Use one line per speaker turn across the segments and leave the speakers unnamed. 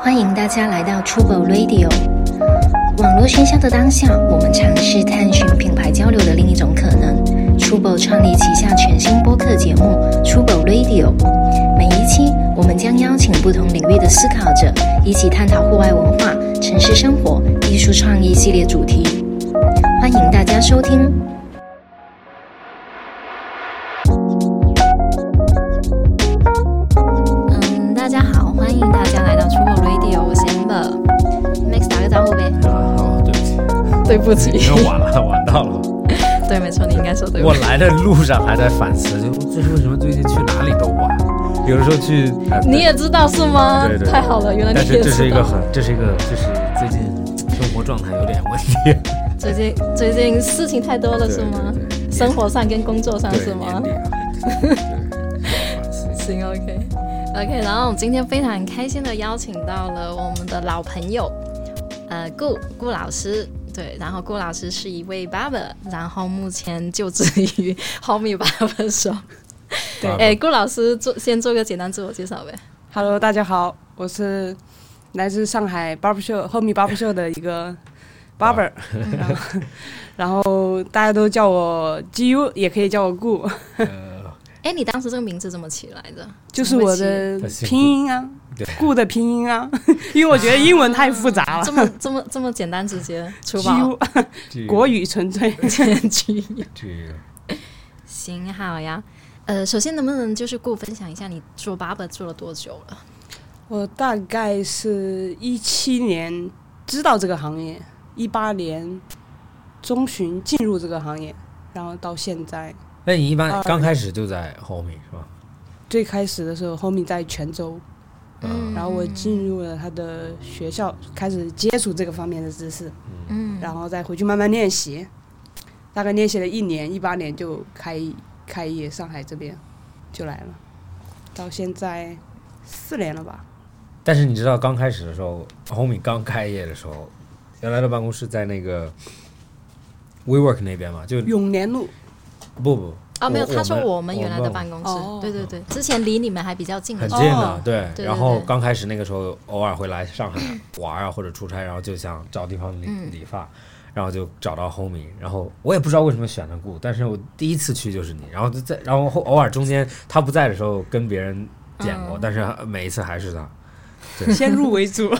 欢迎大家来到 Trouble Radio。网络喧嚣的当下，我们尝试探寻品牌交流的另一种可能。Trouble 创立旗下全新播客节目 Trouble Radio，每一期我们将邀请不同领域的思考者，一起探讨户外文化、城市生活、艺术创意系列主题。欢迎大家收听。嗯，大家好，欢迎大家来到 Trouble Radio，我是 Amber。Max 打个招呼呗。
啊，好，对不起，
对不
因为晚了，晚到了。
对，没错，你应该说对
我来的路上还在反思，就这是为什么最近去哪里都晚，有的时候去，哎
你也知道是吗？
对对对
太好了，原来
但
你也
是
知道。
这是一个很，这是一个，就是最近生活状态有点问题，
最近最近事情太多了 是吗？
对对对
生活上跟工作上
对
是吗？
年底啊对反思
行，OK OK。然后我们今天非常开心的邀请到了我们的老朋友，呃，顾顾老师。对，然后顾老师是一位 barber，然后目前就职于 Homie Barber Shop。
对
哎，顾老师做先做个简单自我介绍呗。
Hello，大家好，我是来自上海 barber show 后面 barber show 的一 个 barber，然后然后大家都叫我 GU，也可以叫我顾，
呃，
哎，你当时这个名字怎么起来的？
就是我的
很辛苦
拼音啊
对，
顾的拼音啊， 因为我觉得英文太复 杂了
这么这么这么简单直接，粗暴
，GU 国语纯粹。
简
这个
行，好呀。呃，首先能不能就是顾分享一下你做 barber 做了多久了？
我大概是一七年知道这个行业，一八年中旬进入这个行业，然后到现在。
那你一般
啊
刚开始就在后面是吧？
最开始的时候，后面在泉州，
嗯
然后我进入了他的学校，开始接触这个方面的知识，
嗯，
然后再回去慢慢练习，大概练习了一年，一八年就开开业上海这边就来了，到现在四年了吧？
但是你知道，刚开始的时候，Homie 刚开业的时候，原来的办公室在那个 WeWork 那边嘛，就
永年路
不不
嗯啊，没有，
我
他说
我
我们原来的办公
哦
室，对对对，之前离你们还比较
嗯
近的
很
时
近
候，
的，
哦
对。
对
然后
对
刚开始那个时候，偶尔会来上海玩啊，或者出差，然后就想找地方理、理发，然后就找到 homie，然后我也不知道为什么选的顾，但是我第一次去就是你，然后就在，然后后偶尔中间他不在的时候跟别人剪过，但是每一次还是他。
先入为 主，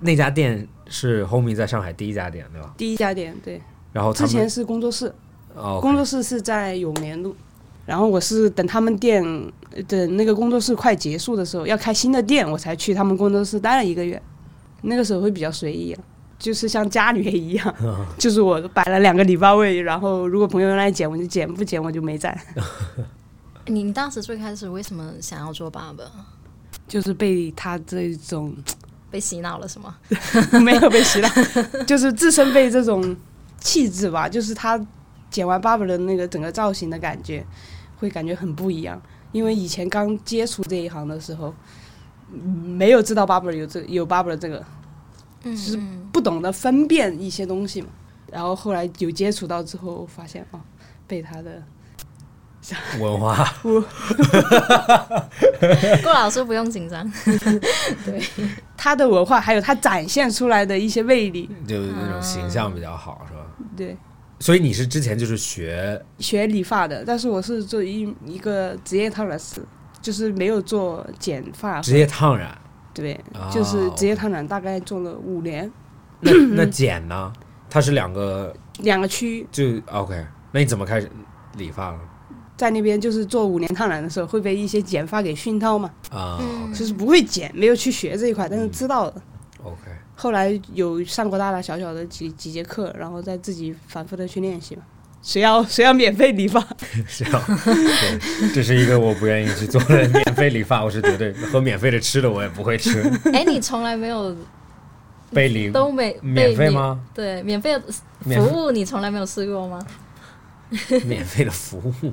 那家店是 homie 在上海第一家店，对吧？
第一家店对，
然后哦他
之前
们
是工作室，
哦，
工作室是在永年路。然后我是等他们店，呃等那个工作室快结束的时候，要开新的店，我才去他们工作室待了一个月。那个时候会比较随意、啊，就是像家里面一样，就是我摆了两个礼拜位，然后如果朋友来剪我就剪，不剪我就没在，
你你当时最开始为什么想要做 barber？
就是被他这种
被洗脑了是吗？
没有被洗脑，就是自身被这种气质吧，就是他剪完爸爸的那个整个造型的感觉，会感觉很不一样。因为以前刚接触这一行的时候，嗯没有知道 barber 有这有 barber 这个，
嗯
是
嗯
不懂得分辨一些东西嘛。然后后来有接触到之后，发现哦，被他的
文化，
顾老师不用紧 张，
他的文化，还有他展现出来的一些魅力，
就是那种形象比较好，是吧？
对，
所以你是之前就是学
学理发的。但是我是做一一个职业烫染师，就是没有做剪发
职业烫染，
对，
啊
就是
哦
职业烫染，大概做了五年，
那那剪呢？它是两个
两个区域
就 OK，那你怎么开始理发了
在那边就是做五年烫染的时候，会被一些剪发给熏到嘛，
啊
嗯
就是不会剪，没有去学这一块，但是知道了。
？OK，
后来有上过大大小小的几几节课，然后再自己反复的去练习嘛。谁要 谁要免费理发？
哦
是啊，对，这是一个我不愿意去做的免费理发，我是绝对和免费的吃的我也不会吃，
哎，你从来没有
被理
都没
免费？
被
吗？
你对，免费的
免
服务你从来没有试过吗？
免费的服务，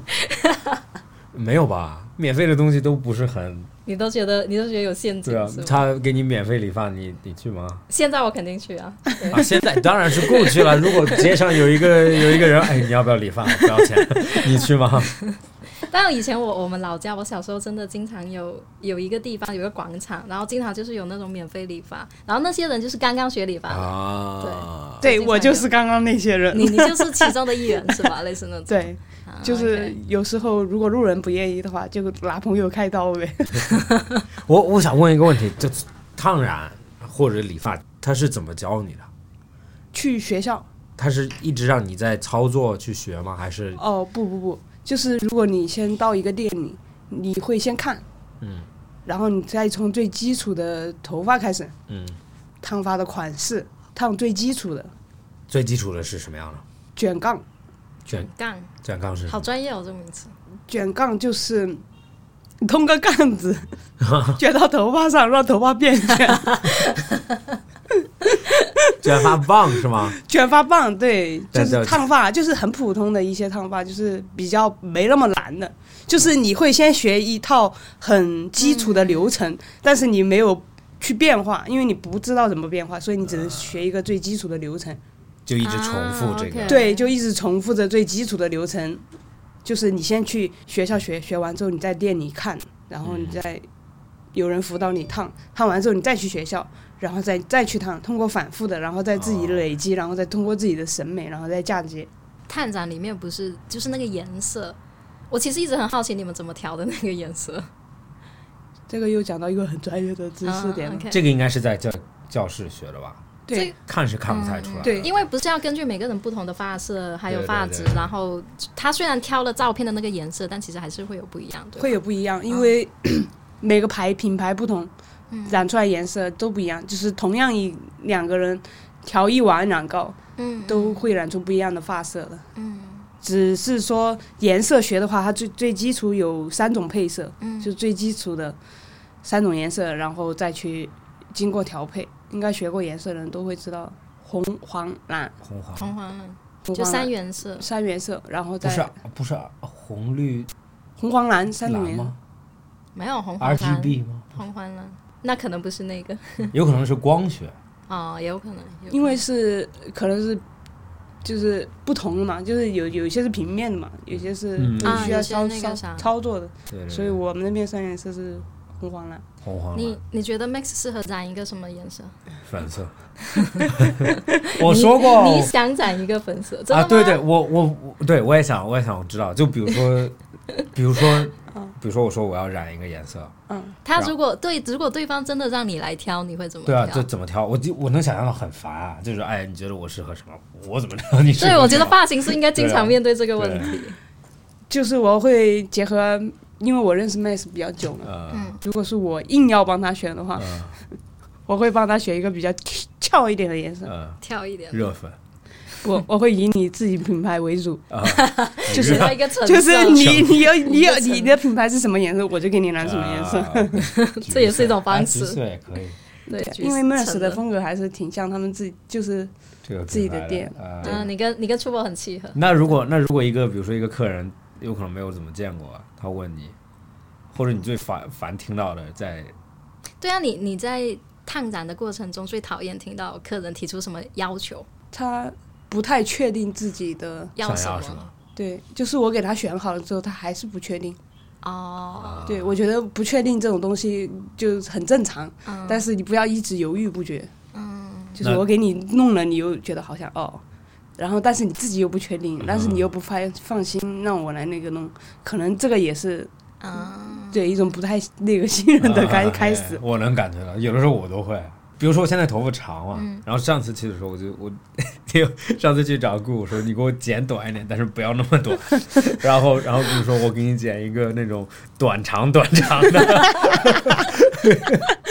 没有吧？免费的东西都不是很
你都觉得你都觉得有陷阱
对啊
是。吗？
他给你免费理发，你你去吗？
现在我肯定去啊，对
啊，现在当然是过去了。如果街上有一个有一个人，哎，你要不要理发？不要钱，你去吗？
但以前我我们老家，我小时候真的经常有有一个地方有个广场，然后经常就是有那种免费理发，然后那些人就是刚刚学理发的，
啊，
对
经常
我就
有
是刚刚那些人，
你你就是其中的一员是吧？类似那种，
对，
啊
就是有时候如果路人不愿意的话，就拿朋友开刀呗。
我我想问一个问题，就烫染或者理发，他是怎么教你的？
去学校
他是一直让你在操作去学吗？还是
哦，不不不，就是如果你先到一个店里，你会先看，嗯，然后你再从最基础的头发开始，
嗯，
烫发的款式，烫最基础的
最基础的是什么样的？
卷杠，
卷
杠，
卷杠 是什
好
么？
专业哦，这名词。
卷杠就是。通个杠子卷到头发上，让头发变卷。
卷发棒是吗？
卷发棒，对，就
但是要
是烫发，就是很普通的一些烫发，就是比较没那么难的。就是你会先学一套很基础的流程，但是你没有去变化，因为你不知道怎么变化，所以你只能学一个最基础的流程。
就一直重复这个。
啊，OK
对，就一直重复着最基础的流程，就是你先去学校学，学完之后你在店里看，然后你再有人辅导你烫，烫完之后你再去学校，然后再再去烫，通过反复的，然后再自己
哦
累积，然后再通过自己的审美，然后再嫁接。
碳染里面不是就是那个颜色，我其实一直很好奇你们怎么调的那个颜色。
这个又讲到一个很专业的知识点
啊
了。
，OK
这个应该是在教教室学的吧？
对
看是看不太出来。
对
因为不是要根据每个人不同的发色还有
对对
发
对
质，
对
然后他虽然挑了照片的那个颜色，但其实还是会有不一样的。
会有不一样，因为 每个牌品牌不同，染出来颜色都不一样。就是同样一两个人调一碗染膏，
嗯，
都会染出不一样的发色的。嗯，只是说颜色学的话，它最最基础有三种配色，
嗯
就最基础的三种颜色，然后再去经过调配。应该学过颜色的人都会知道，红、黄、蓝，
红黄
红黄蓝
红
就
黄
三
蓝
原色，
三原色，然后
不是啊
再
不是红绿
红、黄、蓝三种
蓝
颜色。
吗
没有红黄蓝，
？RGB 吗？
红黄蓝，那可能不是那个
有可能是光学。
哦，也有可能，有可能
因为是可能是就是不同的嘛，就是有有一些是平面的嘛，有些是
嗯
都需要
啊有些
操、
那个啥
操操作的，
对对对
所以我们那边三原色是红黄蓝。
红黄蓝
你你觉得 Max 适合染一个什么颜色？
粉色。我说过
你想染一个粉色，真的
啊，
吗？
对对，我我我对我也想，我也想知道。就比如说，比 如说，
嗯
比如说，我说我要染一个颜色，
他如果对，如果对方真的让你来挑，你会怎么
对
挑？
啊，这怎么挑？我就我能想象到很烦啊，就是哎，你觉得我适合什么？我怎么知 道你适合什
对，
么？
我觉得发型师应该经
对啊
常面对这个问题。
就是我会结合，因为我认识 Max 比较久嘛，
呃，
如果是我硬要帮他选的话，
嗯
我会帮他选一个比较 俏一点的颜色。
呃，
挑一点，
热粉
我我会以你自己品牌为主，
啊，
就
只
是
要一个橙色，
就是你你有你有
一个
你的品牌是什么颜色，我就给你染什么颜
啊
色。
色 啊
这也是一种方
橘
式
色也可以，
对，橘
因为
橙
Max 的风格还是挺像他们自己，就是
这个
自己的
品牌
店
啊。
嗯，你跟你跟 Trouble 很契合。
那如果那如果一个比如说一个客人有可能没有怎么见过，他问你，或者你最烦烦听到的在
对啊，你你在烫染的过程中最讨厌听到客人提出什么要求，
他不太确定自己的，
要
想
什
要
么？
什么？
对，就是我给他选好了之后，他还是不确定。
哦，
对，我觉得不确定这种东西就是很正常，
嗯
但是你不要一直犹豫不决。嗯，就是
那
我给你弄了，你又觉得好像哦，然后但是你自己又不确定，但是
嗯
你又不放放心让我来那个弄，可能这个也是。
嗯
对一种不太那个信任的开
啊
开
哎
始，
我能感觉到，有的时候我都会。比如说我现在头发长嘛，
嗯
然后上次去的时候我就我， 上次去找顾我说你给我剪短一点，但是不要那么短。 然后然后顾说我给你剪一个那种短长短长的。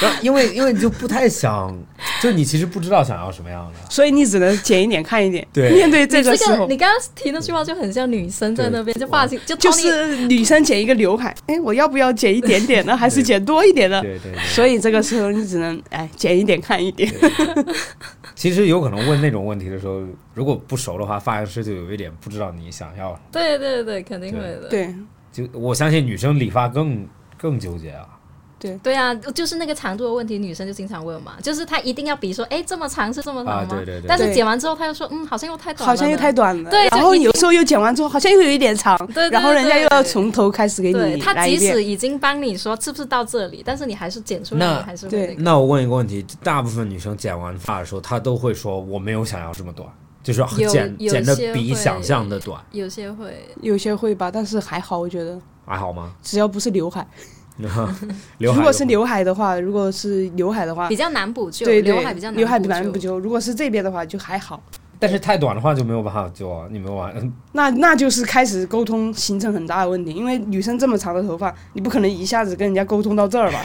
然后因为因为你就不太想，就你其实不知道想要什么样的。
所以你只能剪一点看一点。
对
面对这
这
个时候
个你，刚刚提那句话就很像女生在那边就发型就
就
Tony-
是女生剪一个刘海，哎，我要不要剪一点点呢，还是剪多一点呢？
对对对。
所以这个时候你只能哎剪一点看一点。
其实实有可能问那种问题的时候，如果不熟的话，发型师就有一点不知道你想要。
对对对，肯定会的。
对
就我相信女生理发更更纠结啊。
对啊，就是那个长度的问题，女生就经常问嘛，就是她一定要比说，哎，这么长是这么长吗？
啊对对对
但是
对
剪完之后，她又说，嗯，好像又太短了
好
呢，
像又太短了。
对
然
就
后
已经
有时候又剪完之后，好像又有一点长，
对对
然后人家
对
又要从头开始给
对
你
她
来一
即
遍
使。已经帮你说是不是到这里，但是你还是剪出
那
来，你还是会
对
那个。
那我问一个问题，大部分女生剪完发的时候，她都会说我没有想要这么短，就是
有
剪
有
剪的
些
比
会
想象的短，
有些会，
有些会吧，但是还好，我觉得
还好吗？
只要不是刘海，
刘海
如果是
有
刘海的话，如果是刘海的话
比，较难补救，
对对，
刘海比较难，
刘海比较难补。救。如果是这边的话，就还好。
但是太短的话就没有办法救啊，你没有办法。
那那就是开始沟通形成很大的问题，因为女生这么长的头发，你不可能一下子跟人家沟通到这 儿吧？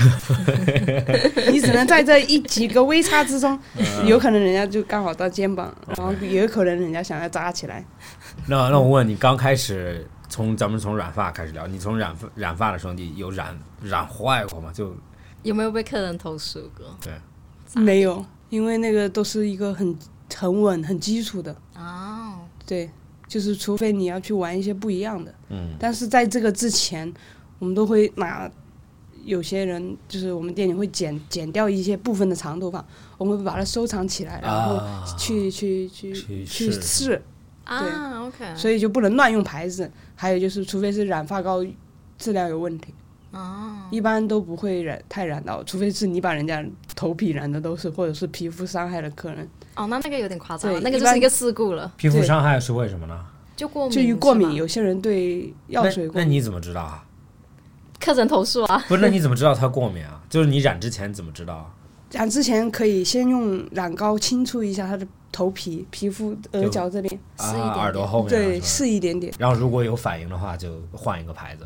你只能在这一几个微差之中，
嗯
有可能人家就刚好到肩膀，然后也有可能人家想要扎起来。
那那我问你，刚开始从咱们从染发开始聊，你从染发染发的时候，你有染染坏过吗？就
有没有被客人投诉过？
没有，因为那个都是一个很很稳、很基础的，
哦，
对，就是除非你要去玩一些不一样的。
嗯，
但是在这个之前，我们都会拿有些人，就是我们店里会剪剪掉一些部分的长头发，我们会把它收藏起来，然后
啊
去、去去
去
去
试
试，
啊，OK，
所以就不能乱用牌子。还有就是，除非是染发膏质量有问题，
哦，
一般都不会染太染到，除非是你把人家头皮染的都是，或者是皮肤伤害了客人，
哦，那那个有点夸张了，
对
那个
一
就是
般
一个事故了，
皮肤
对
伤害是为什么呢？
就过敏，
至于过敏，
是吧
有些人对药
那
水过
那
敏，
你怎么知道啊？
客人投诉啊，
不是，那你怎么知道它过敏啊？就是你染之前怎么知道啊？
染之前可以先用染膏轻触一下他的头皮、皮肤、额
就
角这边。
是一点
啊
点
耳朵后面啊
对，
是吧。
试一点点。
然后如果有反应的话，就换一个牌子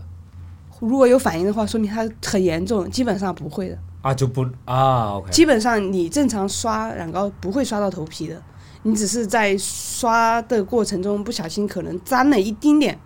如果有反应的话，说明它很严重，基本上不会的。
啊，就不啊，OK，
基本上你正常刷染膏不会刷到头皮的，你只是在刷的过程中不小心可能沾了一丁点。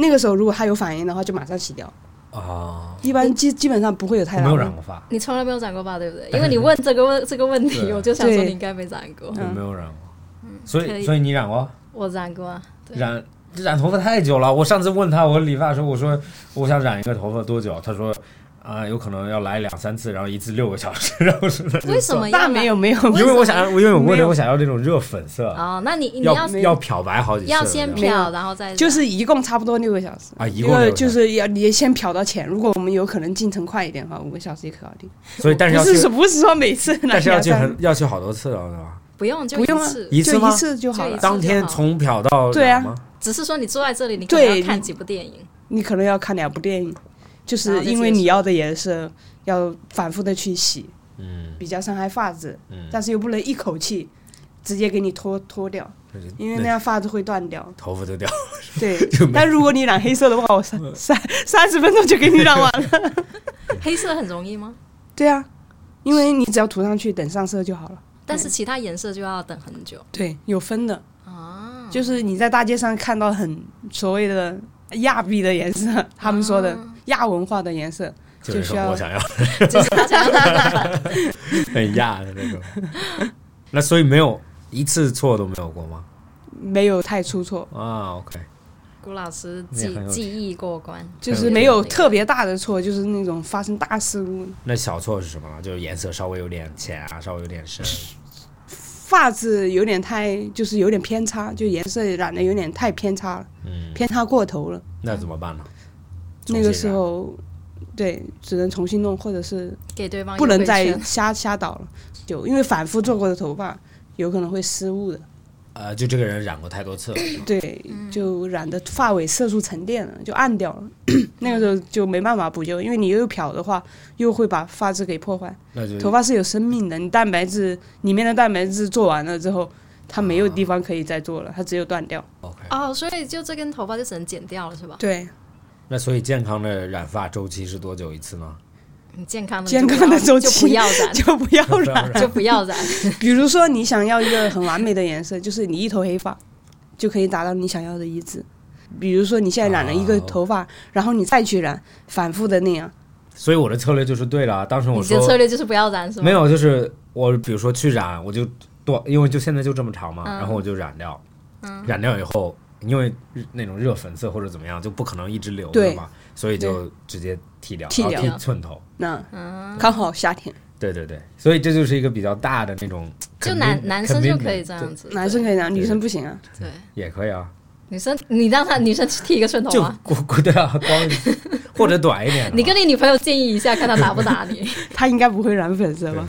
那个时候如果它有反应的话，就马上洗掉。
啊，
一般基基本上不会有太
我
大
没有
问
染
题。
过发，
你从来没有染过吧，对不 对？因为你问这个问这个问题，
对啊
我就想说
对嗯
你应该没染过，
我没有染过，所
可
以
以
所以你染过？
我染 过啊，对
染染头发太久了。我上次问他，我理发的时候，我说我想染一个头发多久？他说啊、有可能要来两三次，然后一次六个小时。 然后我说
为什么要
那
染
没有没有，
因为我想
什么
要，我因为我问
没
的，
有
我想要这种热粉色，
哦，那你你
要
要
没有
要漂白好几次，
要先
对吧
没有
漂，然后再染
就是一共差不多六个小时。
啊，一
一
共
个
六个
就
小时
是要你先漂到浅，如果我们有可能进程快一点的话，五个小时也可以搞定。
所以但是
不
要
是
去，
不是说啊每次拿
但是要去
两三
很要去好多次了，对吧？
不用就
不用啊
一次
一次
就
吗
一次就好
就一
了
次。
当天从漂到
对啊
染吗？
只是说你坐在这里，你可能
对
要看几部电影，
你可能要看两部电影，啊就是
然后就
因为
结束
你要的颜色要反复的去洗，
嗯
比较伤害发质，
嗯，
但是又不能一口气直接给你脱脱掉，因为那样发质会断掉。
头发都掉。
对，但如果你染黑色的话，我
嗯
三三三十分钟就给你染完 了。
黑色很容易吗？
对啊，因为你只要涂上去，等上色就好了。
但是其他颜色就要等很久
对，有分的，
啊。
就是你在大街上看到很所谓的亚裔的颜色，他们说的亚文化的颜色，
就是
需
说
要
我想要
就是他想要
很亚的那种。那所以没有一次错都没有过吗？
没有太出错。
啊，OK，
古老师
那也
记
很有
记忆过关，
就是没有特别大的错，就是那种发生大事故，
那小错是什么呢？就是颜色稍微有点浅啊，稍微有点深。
发质有点太，就是有点偏差，就颜色染的有点太偏差了，
嗯，
偏差过头了。
那怎么办呢？
那个时候，对，只能重新弄，或者是
给对方
不能
优
再
惠券
瞎瞎倒了，就因为反复做过的头发有可能会失误的，
呃，就这个人染过太多次了，是吧
对，就染的发尾色素沉淀了，就暗掉了。 那个时候就没办法补救，因为你又漂的话，又会把发质给破坏。
那就
头发是有生命的，你蛋白质里面的蛋白质做完了之后，它没有地方可以再做了，它只有断掉。
OK。
哦，所以就这根头发就只能剪掉了是吧？
对，
那所以健康的染发周期是多久一次呢？
你健康的
健康的周期
就不要染，
就不要染。
就不要染。
比如说你想要一个很完美的颜色，就是你一头黑发就可以达到你想要的一致。比如说你现在染了一个
哦
头发，然后你再去染，反复的那样，
所以我的策略就是对了啊。当时我
你的策
说
略就是不要染是吗？
没有，就是我比如说去染，我就短，因为就现在就这么长嘛，
嗯
然后我就染掉，染掉以后，因为日那种热粉色或者怎么样，就不可能一直留着
对
嘛，所以就直接剃掉，
剃
然
掉
后剃寸头。
那刚好夏天，
对对对，所以这就是一个比较大的那种，
就男
commi-
男生就可
commitment，
以这样子，
男生可以染，女生不行啊。
对对
也可以啊，
女生，你让她女生去剃一个寸头
就
吗？
光光对啊，光 或者短一点的嘛。
你跟你女朋友建议一下，看她打不打 你。
他应该不会染粉色吧？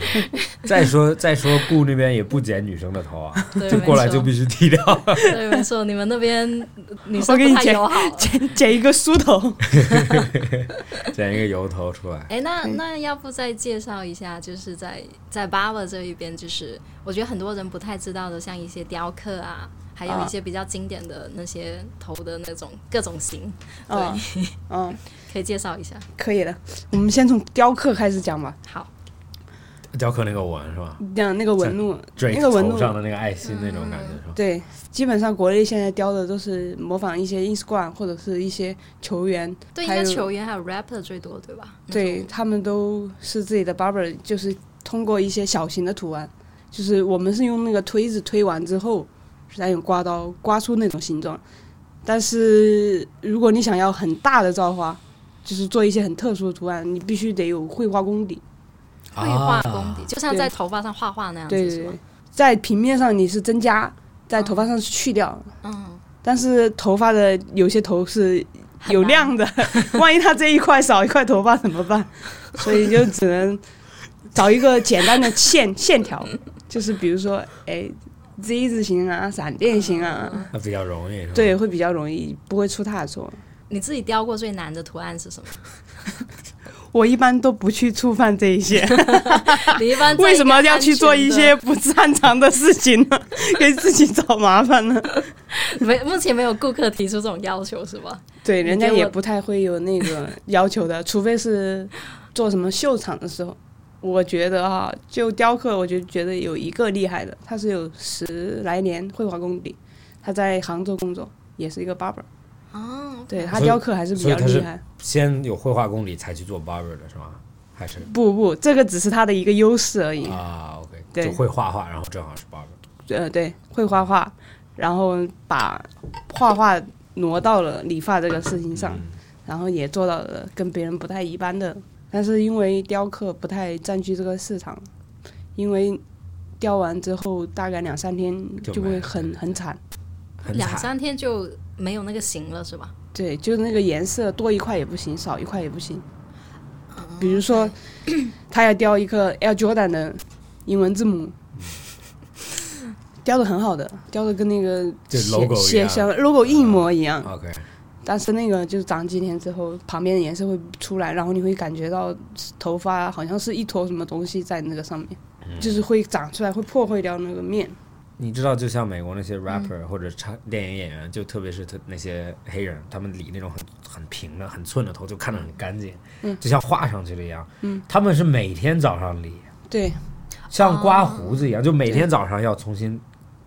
再说再说，顾那边也不剪女生的头啊，
对
就过来
没错
就必须剃掉。
对，没错，你们那边女生
我跟你
不太
讲
友 好。
剪剪一个梳头，
剪一个油头出来。
哎，
嗯
那那要不再介绍一下，就是在在 Barber 这一边，就是我觉得很多人不太知道的，像一些雕刻啊，还有
啊
一些比较经典的那些头的那种各种型， 对，
嗯嗯，
可以介绍一下。
可以的。我们先从雕刻开始讲吧。
好，
雕刻那个纹是吧？
讲那个纹路，
Drake
那个纹路
头上的那个爱心那种
嗯
感觉是吧？
对，基本上国内现在雕的都是模仿一些 Instagram 或者是一些球员，
对，应
还
该
有
球员还有 rapper 最多，对吧？
对他们都是自己的 barber，就是通过一些小型的图案，就是我们是用那个推子推完之后，再用刮刀刮出那种形状。但是如果你想要很大的造花，就是做一些很特殊的图案，你必须得有绘画功底。
绘画功底，
啊
就像在头发上画画那样
对
子，是
对
吗
对？，在平面上你是增加，在头发上是去掉，
嗯，
但是头发的有些头是
很
有
难
量的，万一他这一块少一块头发怎么办？所以就只能找一个简单的 线线条，就是比如说，哎，Z 字形啊，闪电形
嗯
啊，
那比较容易是吧？
对，，会比较容易，不会出差错。
你自己雕过最难的图案是什么？
我一般都不去触犯这 一些，
你一般在
为什么
一个
要去做一些
安
不擅长的事情呢？ 给自己找麻烦呢？
全的？没，目前没有顾客提出这种要求，是吧？
对，
你
人家
给
也
我
不太会有那个要求的，除非是做什么秀场的时候。我觉得哈、就雕刻，我就觉得有一个厉害的，他是有十来年绘画功底，他在杭州工作，也是一个 barber，
哦，
对他
所以
雕刻还是比较
所以他是
厉害。
先有绘画功底才去做 barber 的是吗？还是
不不，这个只是他的一个优势而已。
啊？OK，
对
就会画画，然后正好是 barber。
呃，对，会画画，然后把画画挪到了理发这个事情
嗯
上，然后也做到了跟别人不太一般的。但是因为雕刻不太占据这个市场，因为雕完之后大概两三天
就
就
没
会
了
很很惨，
很
两
惨，
三天就没有那个型了，是吧？
对，就是那个颜色多一块也不行，少一块也不行。比如说，他要雕一个 Air Jordan 的英文字母，雕的很好的，雕的跟那个
就
写
logo 一
写
样啊
像 logo 一模一样，
OK，
但是那个就是长几天之后，旁边的颜色会出来，然后你会感觉到头发好像是一坨什么东西在那个上面，
嗯
就是会长出来，会破坏掉那个面。
你知道，就像美国那些 rapper 或者唱电影演员，就特别是他那些黑人，他们理那种很很平的、很寸的头，就看着很干净，
嗯
就像画上去的一样。他们是每天早上理，
对，
像刮胡子一样，就每
哦
天早上要重新，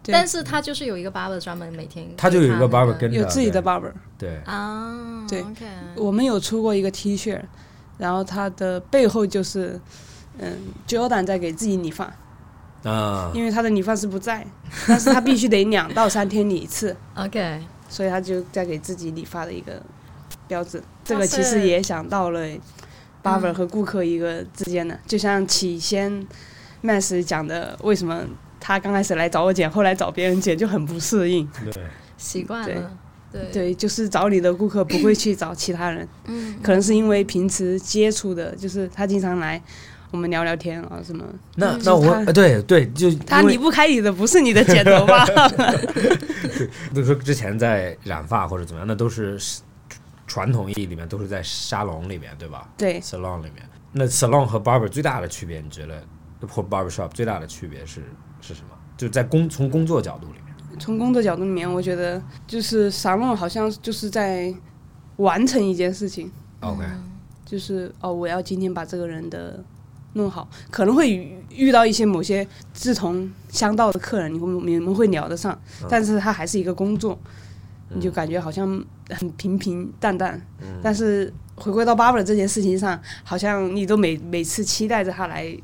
对
但是他就是有一个 barber 专门每天给
他就有一个
那
barber 跟着
有自己的
对
barber。
对，
啊，
对
o k
我们有出过一个 T 恤，然后它的背后就是，嗯，Jordan 在给自己理发，
啊，
因为他的理发师不在，但是他必须得两到三天理一次，
OK，
所以他就在给自己理发的一个标志。这
哇
个
塞
其实也想到了 barber 和顾客一个之间的，就像起先 Max 讲的，为什么他刚开始来找我剪，后来找别人剪就很不适应。
对，
习惯了，对
对，就是找你的顾客不会去找其他人，
嗯，
可能是因为平时接触的，就是他经常来我们聊聊天啊什么，
那
嗯
那我
他
呃对对，就
他
因为
离不开你的不是你的剪头发，
比如说之前在染发或者怎么样，那都是传统意义里面都是在沙龙里面，对吧
对，
？salon 里面，那 salon 和 barber 最大的区别，你觉得或 barber shop 最大的区别是是什么？就在工从工作角度里面，
从工作角度里面，我觉得就是沙龙好像就是在完成一件事情，
OK
就是哦，我要今天把这个人的弄好，可能会遇遇到一些某些志同相道的客人，你会你们会聊得上，但是他还是一个工作，你就感觉好像很平平淡淡。但是回归到 Barber 这件事情上，好像你都每每次期待着他来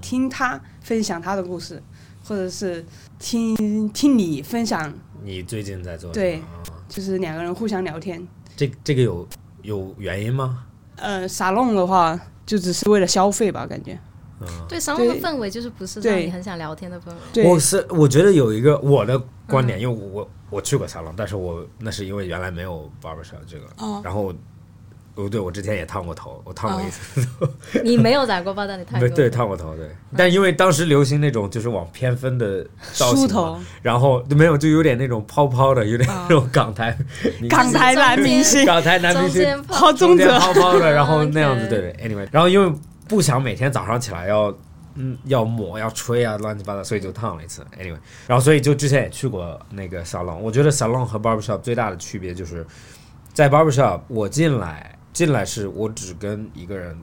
听他分享他的故事，或者是听听你分享，
你最近在做
对
什么啊
就是两个人互相聊天。
这这个有有原因吗？
呃，沙龙的话就只是为了消费吧，感觉哦
对，商务的
对
氛围就是不是让
对
你很想聊天的氛围。
对
我是我觉得有一个我的观点，因为我我去过沙龙，但是我那是因为原来没有 barbershop 这个，然后我我对我之前也烫过头，我烫过一次，
你没有染哦过发 但你太
对
多了
对，烫过头对，但因为当时流行那种就是往偏分的造型嘛
梳头，
然后就没有就有点那种泡泡的，有点那种港台明星
港台男明星
港台男
中
明星
间泡
好
中
中
间
者，
泡泡的，然后那样 子，
OK
对对，anyway，然后因为不想每天早上起来要嗯要抹要吹啊乱七八糟，所以就烫了一次，anyway，然后所以就之前也去过那个 salon，我觉得 salon 和 barbershop 最大的区别就是在 barbershop 我进来进来是我只跟一个人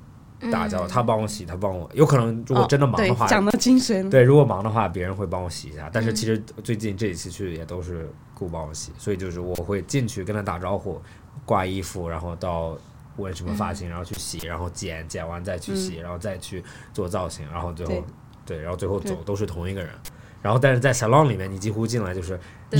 打
嗯
交道，他帮我洗，他帮我，有可能如果真的忙的话
哦
哎
对，，讲到精髓 了，
对，如果忙的话，别人会帮我洗一下。但是其
嗯
实最近这一期去也都是顾帮我洗，所以就是我会进去跟他打招呼，挂衣服，然后到问什么发
嗯
型，然后去洗，然后剪，剪完再去洗，然后再去做造型，然后最后对然后最后走都是同一个人。然后但是在 salon 里面，你几乎进来就是
对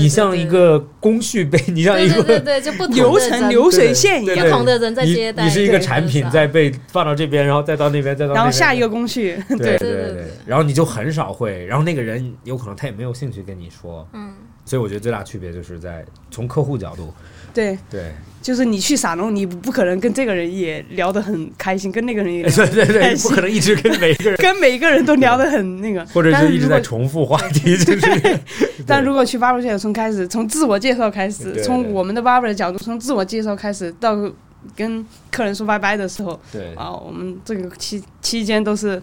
你
对
像
对
一个工序被，你像一
对对 对
个。
对，就不同的
流
人
程流水线一
对
样，
对
不同的人在
你
接待
你是一个
对
产品
多少
在被放到这边，然后再到那边，再到那边
然后下一个工序，
对对
对对对
然后你就很少会，然后那个人有可能他也没有兴趣跟你说，
嗯，
所以我觉得最大区别就是在从客户角度，
对，
对
就是你去沙龙，你不可能跟这个人也聊得很开心，跟那个人也聊得
对对对，
但
不
是
可能一直跟每一个人，
跟每一个人都聊得很那个，
或者
但
是
是
一直
如
在
果
重复话题，就是
但如果去 barber 角从开始，从自我介绍开
对
始，
对
从我们的 barber 的角度，从自我介绍开始到跟客人说拜拜的时候，
对，
啊，我们这个期期间都是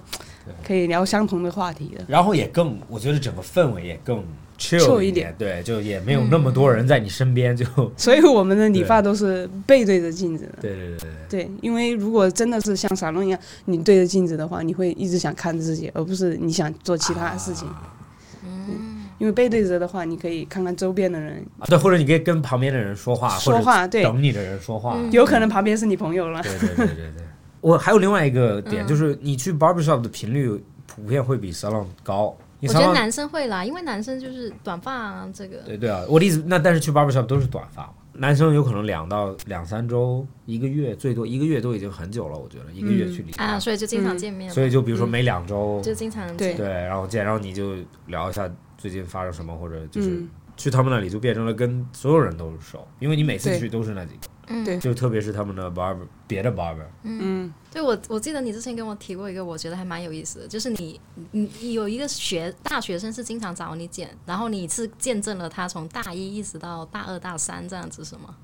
可以聊相同的话题的。
然后也更，我觉得整个氛围也更
chill
chill
一
点，对，就也没有那么多人在你身边，就
所以我们的理发都是背对着镜子的，
对对对对
对，因为如果真的是像沙龙一样，你对着镜子的话，你会一直想看自己，而不是你想做其他的事情。
啊嗯
因为背对着的话，你可以看看周边的人，
啊，对，或者你可以跟旁边的人说话，
说
或
话
者
对，
等你的人说话，
嗯
有可能旁边是你朋友了。
对对对对对。 我还有另外一个
嗯
点，就是你去 barbershop 的频率普遍会比 salon 高。你
我觉得
salon
男生会啦，因为男生就是短发啊，这个
对对啊，我的意思，那但是去 barbershop 都是短发嘛，男生有可能两到两三周、一个月，最多一个月都已经很久了。我觉得一个月去理发，
啊，所以就经常见面嘛，
所以就比如说每两周，
就经常
对
见。
对，然后见，然后你就聊一下最近发生什么，或者就是。
嗯
去他们那里就变成了跟所有人都熟，因为你每次
对
去都是那几个，
嗯
对
就特别是他们的 barber 别的 barber，
嗯，
对我我记得你之前跟我提过一个，我觉得还蛮有意思的，就是你你你有一个学大学生是经常找你剪，然后你是见证了他从大一一直到大二大三这样子是吗？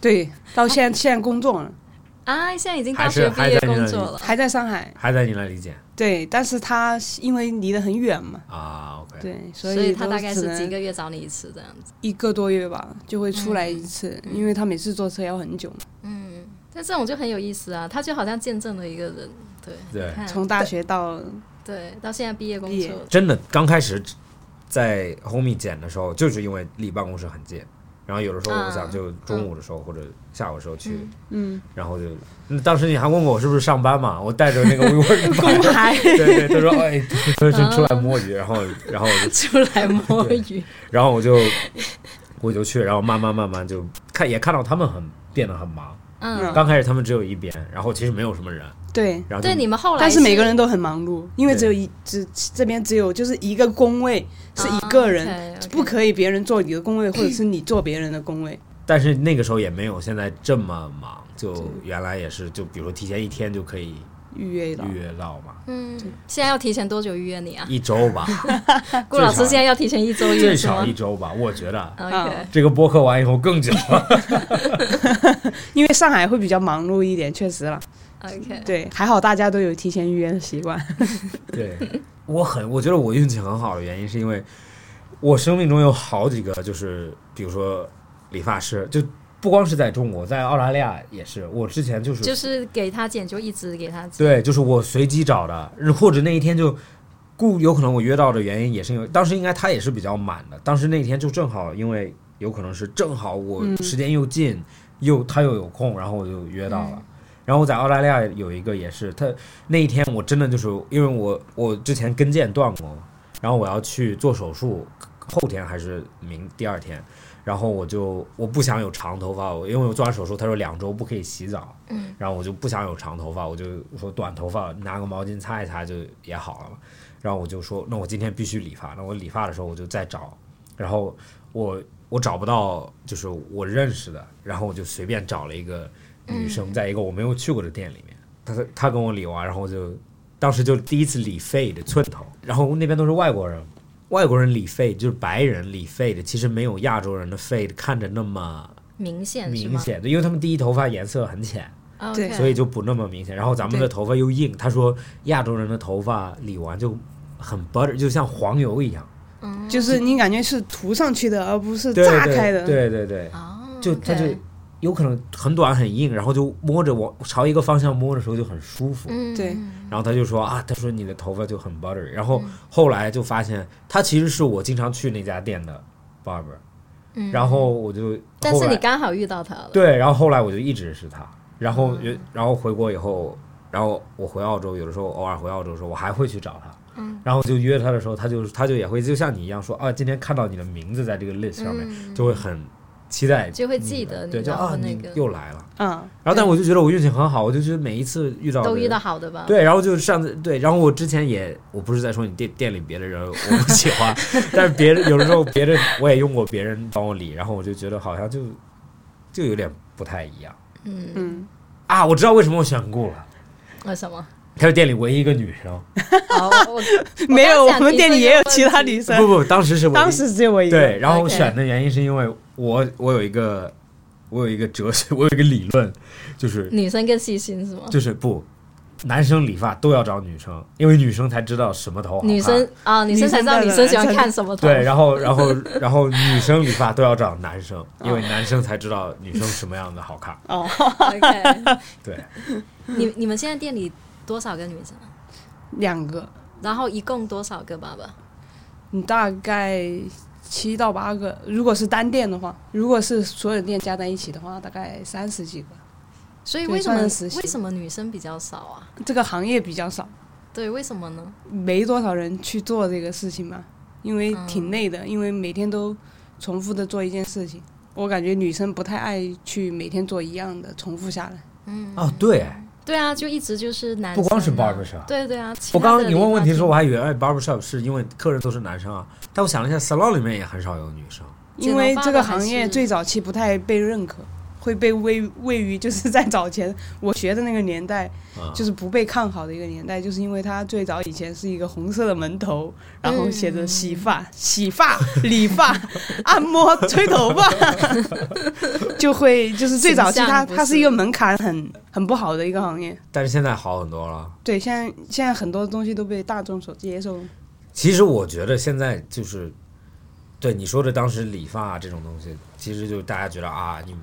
对， 到现在现在工作了，
啊，现在已经
还
大
是
学
还
毕业
在你那
工
里
作了，
还在上海。
还在你那里见
对，但是他因为离得很远嘛，
啊，OK，
对，所
所
以
他
都
大概
只
是
能
几个嗯月找你一次这样子。
一个多月吧，就会出来一次，因为他每次坐车要很久嘛，
但这种就很有意思啊，他就好像见证了一个人，嗯对
对
你看
从大学到
对到现在毕业工
毕业
作，
真的刚开始在 homie 剪的时候，就是因为离办公室很近，然后有的时候我想
嗯
就中午的时候或者下午的时候去，
嗯，
然后就嗯当时你还问我是不是上班嘛，我带着那个 WeWork
公
的
牌
对对，他说哎，他说出来摸鱼，然后然后我就
出来摸鱼，
然后我就我就去，然后慢慢慢慢就看也看到他们很变得很忙，
嗯，
刚开始他们只有一边，然后其实没有什么人，
对。
然后就
对，你们后来
但是每个人都很忙碌，因为
对
只有一只这边只有就是一个工位是一个人，
人
不可以别人坐你的工位，或者是你坐别人的工位。
但是那个时候也没有现在这么忙，就原来也是就比如说提前一天就可以
预约到
预约到嘛。
嗯，现在要提前多久预约你啊？
一周 吧，
顾老师
最少
现在要提前一周约
最
是
少
吗
一周吧，我觉得
？OK，
这个播客完以后更久 了。
因为上海会比较忙碌一点，确实了。
OK，
对，还好大家都有提前预约的习惯。
对，我很我觉得我运气很好的原因是因为我生命中有好几个就是比如说理发师，就不光是在中国，在澳大利亚也是。我之前就是
就是给他剪就一直给他剪，
对，就是我随机找的，或者那一天就故有可能我约到的原因也是因为当时应该他也是比较满的，当时那天就正好因为有可能是正好我时间又近，又他又有空，然后我就约到了。然后我在澳大利亚有一个也是，他那一天我真的就是因为我我之前跟腱断过，然后我要去做手术，后天还是明第二天，然后我就我不想有长头发，我因为我做完手术，他说两周不可以洗澡，
嗯，
然后我就不想有长头发，我就说短头发拿个毛巾擦一擦就也好了嘛，然后我就说那我今天必须理发，那我理发的时候我就再找，然后我我找不到就是我认识的，然后我就随便找了一个女生，在一个我没有去过的店里面，她她跟我理完，然后我就当时就第一次嗯理 fade 寸头，然后那边都是外国人，外国人理 fade 就是白人理 fade，其实没有亚洲人的 fade 看着那么
明显是
明
吗？
显，对，因为他们第一头发颜色很浅，
啊
对
OK
所以就不那么明显。然后咱们的
对
头发又硬，他说亚洲人的头发理完就很 butter，就像黄油一样，
就是你感觉是涂上去的，而不是
对
炸开的。
对对对对，
啊，
就它就
OK
有可能很短很硬，然后就摸着往朝一个方向摸的时候就很舒服。
嗯
对
然后他就说啊，他说你的头发就很 butter。然后后来就发现他其实是我经常去那家店的 barber，、
嗯，
然后我就
但
后
是
来
你刚好遇到他了，
对，然后后来我就一直是他，然后
嗯
有、然后回国以后，然后我回澳洲，有的时候偶尔回澳洲的时候，我还会去找他。
嗯，
然后就约他的时候，他就他就也会就像你一样说啊，今天看到你的名字在这个 list 上面，就会很期待你的，
嗯就会记得你
对，就
然后
啊，
那
你
个
又来了。
嗯，
然后，但我就觉得我运气很好，我就觉得每一次遇到
都
的
遇
人
到好的吧？
对，然后就上次对，然后我之前也我不是在说你店店里别的人我不喜欢，但是别人有的时候别人我也用过别人帮我理，然后我就觉得好像就就有点不太一样
嗯，
嗯，
啊！我知道为什么我选顾了，
为什 么？
她是店里唯一一个女生，
哦，我
没有，
我刚
我
想
们
提
店
这
里
个
也有
问
其他
题
女
不
生，
不，当时是我
当时只有我一个。
对，然后我
OK
选的原因是因为我我有一个我有一个哲学，我有一个理论，就是
女生更细心是吗？
就是不。男生理发都要找女生，因为女生才知道什么头好看。
女生啊，女生才知道
女
女
生
生
在
喜
哪
欢看什么 头。
对，然后然后然后女生理发都要找男生，因为男生才知道女生什么样的好看。
哦，
OK，
对，
你你们现在店里多少个女生？啊
两个，
然后一共多少个爸爸？
嗯，大概七到八个。如果是单店的话，如果是所有店加在一起的话，大概三十几个。
所以
对
为什么
算是实习
为什么女生比较少啊？
这个行业比较少，
对，为什么呢？
没多少人去做这个事情嘛，因为挺累的，因为每天都重复的做一件事情。我感觉女生不太爱去每天做一样的，重复下来。
哦对，
嗯对啊，就一直就是男生啊，
不光是 barber shop
对对啊。其
我
他的
刚刚你
理发
问问题的时候，
厅
我还以为哎 barbershop 是因为客人都是男生啊，但我想了一下，salon 里面也很少有女生。
因为这个
剪头发
行
的还
业
是
最早期不太被认可，会被位位于就是 在早前我学的那个年代，
啊
就是不被看好的一个年代，就是因为它最早以前是一个红色的门头，然
嗯
后写着洗发、洗发、理发、按摩、吹头发， 就会就是最早期
形
它
象不是
它是一个门槛很很不好的一个行业。
但是现在好很多了。
对，现在现在很多东西都被大众所接受。
其实我觉得现在就是，对你说的当时理发啊这种东西，其实就是大家觉得啊，你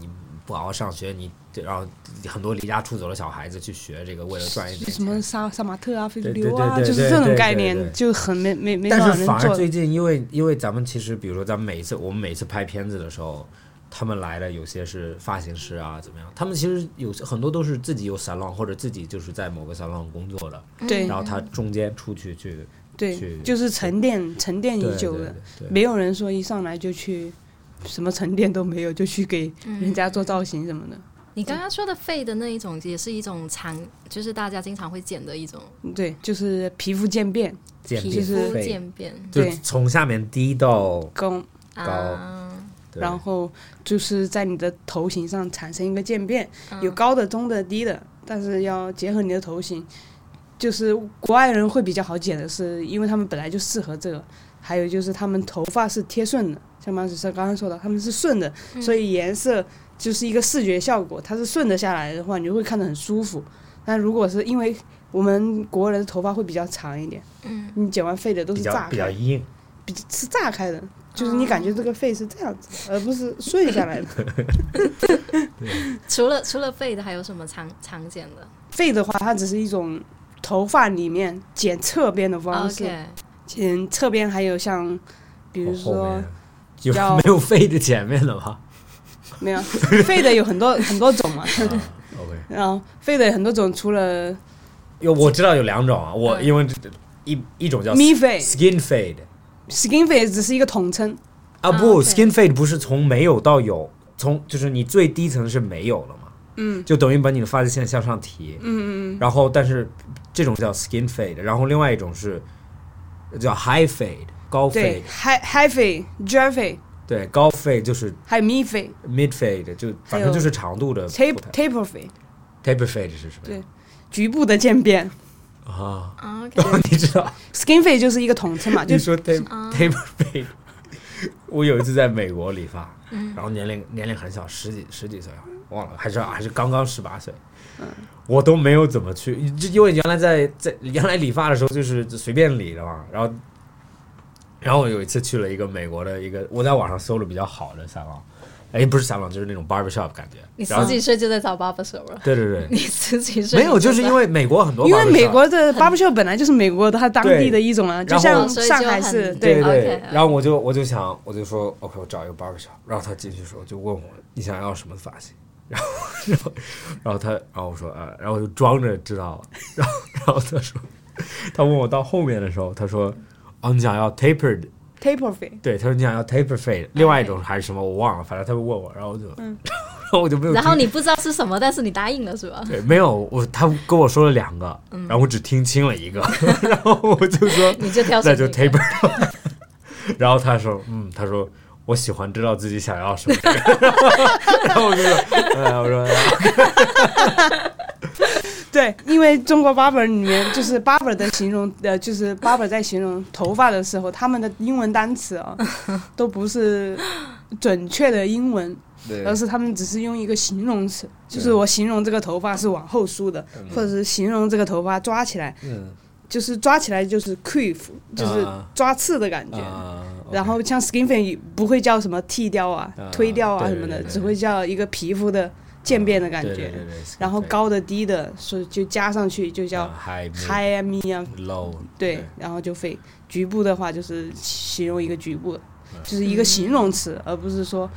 你不好好上学，你然后很多离家出走的小孩子去学这个，为了赚一点
就
钱。啊
什么杀杀马特啊、菲
对对
流啊，
对对
就是
对
这种
对
概
对
念
对，
就很没没没多少
但是
人
反而
做。
最近，因为因为咱们其实，比如说咱们每一次我们每次拍片子的时候，他们来的有些是发型师啊，怎么样？他们其实有很多都是自己有 salon 或者自己就是在某个 salon 工作的，嗯
对
然后他中间出去去
对
去，
就是沉淀沉淀
对
已
对
久的
对，对
没有人说一上来就去什么沉淀都没有就去给人家做造型什么的。
你刚刚说的废的那一种，也是一种常，就是大家经常会剪的一种
对，就是皮肤渐变，
渐
皮
变
肤
费，
渐变
就是
对
从下面低到
高，
啊。
对
然后就是在你的头型上产生一个渐变，有高的、中的、低的，但是要结合你的头型。就是国外人会比较好剪的是，因为他们本来就适合这个，还有就是他们头发是贴顺的，像马老师刚刚说的，他们是顺的，所以颜色就是一个视觉效果，它是顺着下来的话，你就会看得很舒服。但如果是因为我们国人的头发会比较长一点，嗯，你剪完废的都
比
是
较
炸
比较
开，
硬，
比是炸开的，就是你感觉这个肺是这样子，而不是顺下来的。
除了除了废的，还有什么常常见的
肺的话，它只是一种头发里面剪侧边的方式，
哦？OK，
剪侧边还有像，比如
哦后
说
面有
叫
没有费的前面的吧
没有肺的有很多很多种嘛，
？OK，
然后肺的有很多种，除了
有我知道有两种啊，我
嗯
因为一一种叫
Mi fade
skin fade
skin fade 只是一个统称，
啊，
啊
不
对
，skin fade 不是从没有到有，从就是你最低层是没有了嘛，嗯，就等于把你的发际线向上提，嗯嗯，然后但是这种叫 skin fade，然后另外一种是叫 high fade 高 fade，
对，high high fade、j fade
对，高 fade 就是
还有 mi fade、
mid fade，就反
还有
正就是长度的
tape taper fade，
taper fade 是什么呀？
局部的渐变。
啊，
啊，OK，
你知道？
skin fade 就是一个统称 啊嘛，就
你说 taper taper fade，我有一次在美国理发，
嗯
然后年龄年龄很小，十几十几岁好像忘了，还是还是刚刚十八岁，
嗯
我都没有怎么去，就因为原来在在原来理发的时候就是随便理的嘛，然后然后我有一次去了一个美国的一个，我在网上搜了比较好的三郎，哎，不是三郎，就是那种 barber shop 感觉，
你
然后
十几岁就在找 barber shop 了，
对对对，
你十几岁
没有，就是因为美国很多 barbershop，
因为美国的 barbershop 本来就是美国的它当地的一种啊，
对
就
然
像
后
上海
所以就
是
很
对
对
啊
对
OK，OK
然后我就我就想，我就说 OK，我找一个 barber shop，然后他进去的时候就问我你想要什么发型，然后 然后然后他然后我说呃，然后我就装着知道了， 然后然后他说他问我到后面的时候，他说哦你想要 tapered，
taper fade。
对，他说你想要 taper fade，另外一种还是什么我忘了，反正他就问我，然后我就、 然后我就没有
嗯然后
听
你不知道是什么，但是你答应了是 吧？
对没有我他跟我说了两个，
嗯
然后我只听清了一个， 然后我就说
你就挑选
那就
一 个
taper 了。然后他说，嗯，他说我喜欢知道自己想要什么。 然后我就说，呃，我说
对，因为中国 barber 里面就是 barber 的形容，呃，就是 barber 在形容头发的时候，他们的英文单词 啊，都不是准确的英文，
嗯
而是他们只是用一个形容词，就是我形容这个头发是往后梳的，或者是形容这个头发抓起来，
嗯
就是抓起来就是 quiff，就是
啊
抓刺的感觉。
啊，
然嗯后像 skin fade 也不会叫什么剃掉啊、
啊
推掉啊
对
什么的，
对对
只会叫一个皮肤的渐变的感觉。
对对对对
然后高的低的，所以就加上去就叫
啊 high mid,
high m 啊，
low，
对，然后就肺。局部的话就是形容一个局
啊
部，就是一个形容词，而不是说，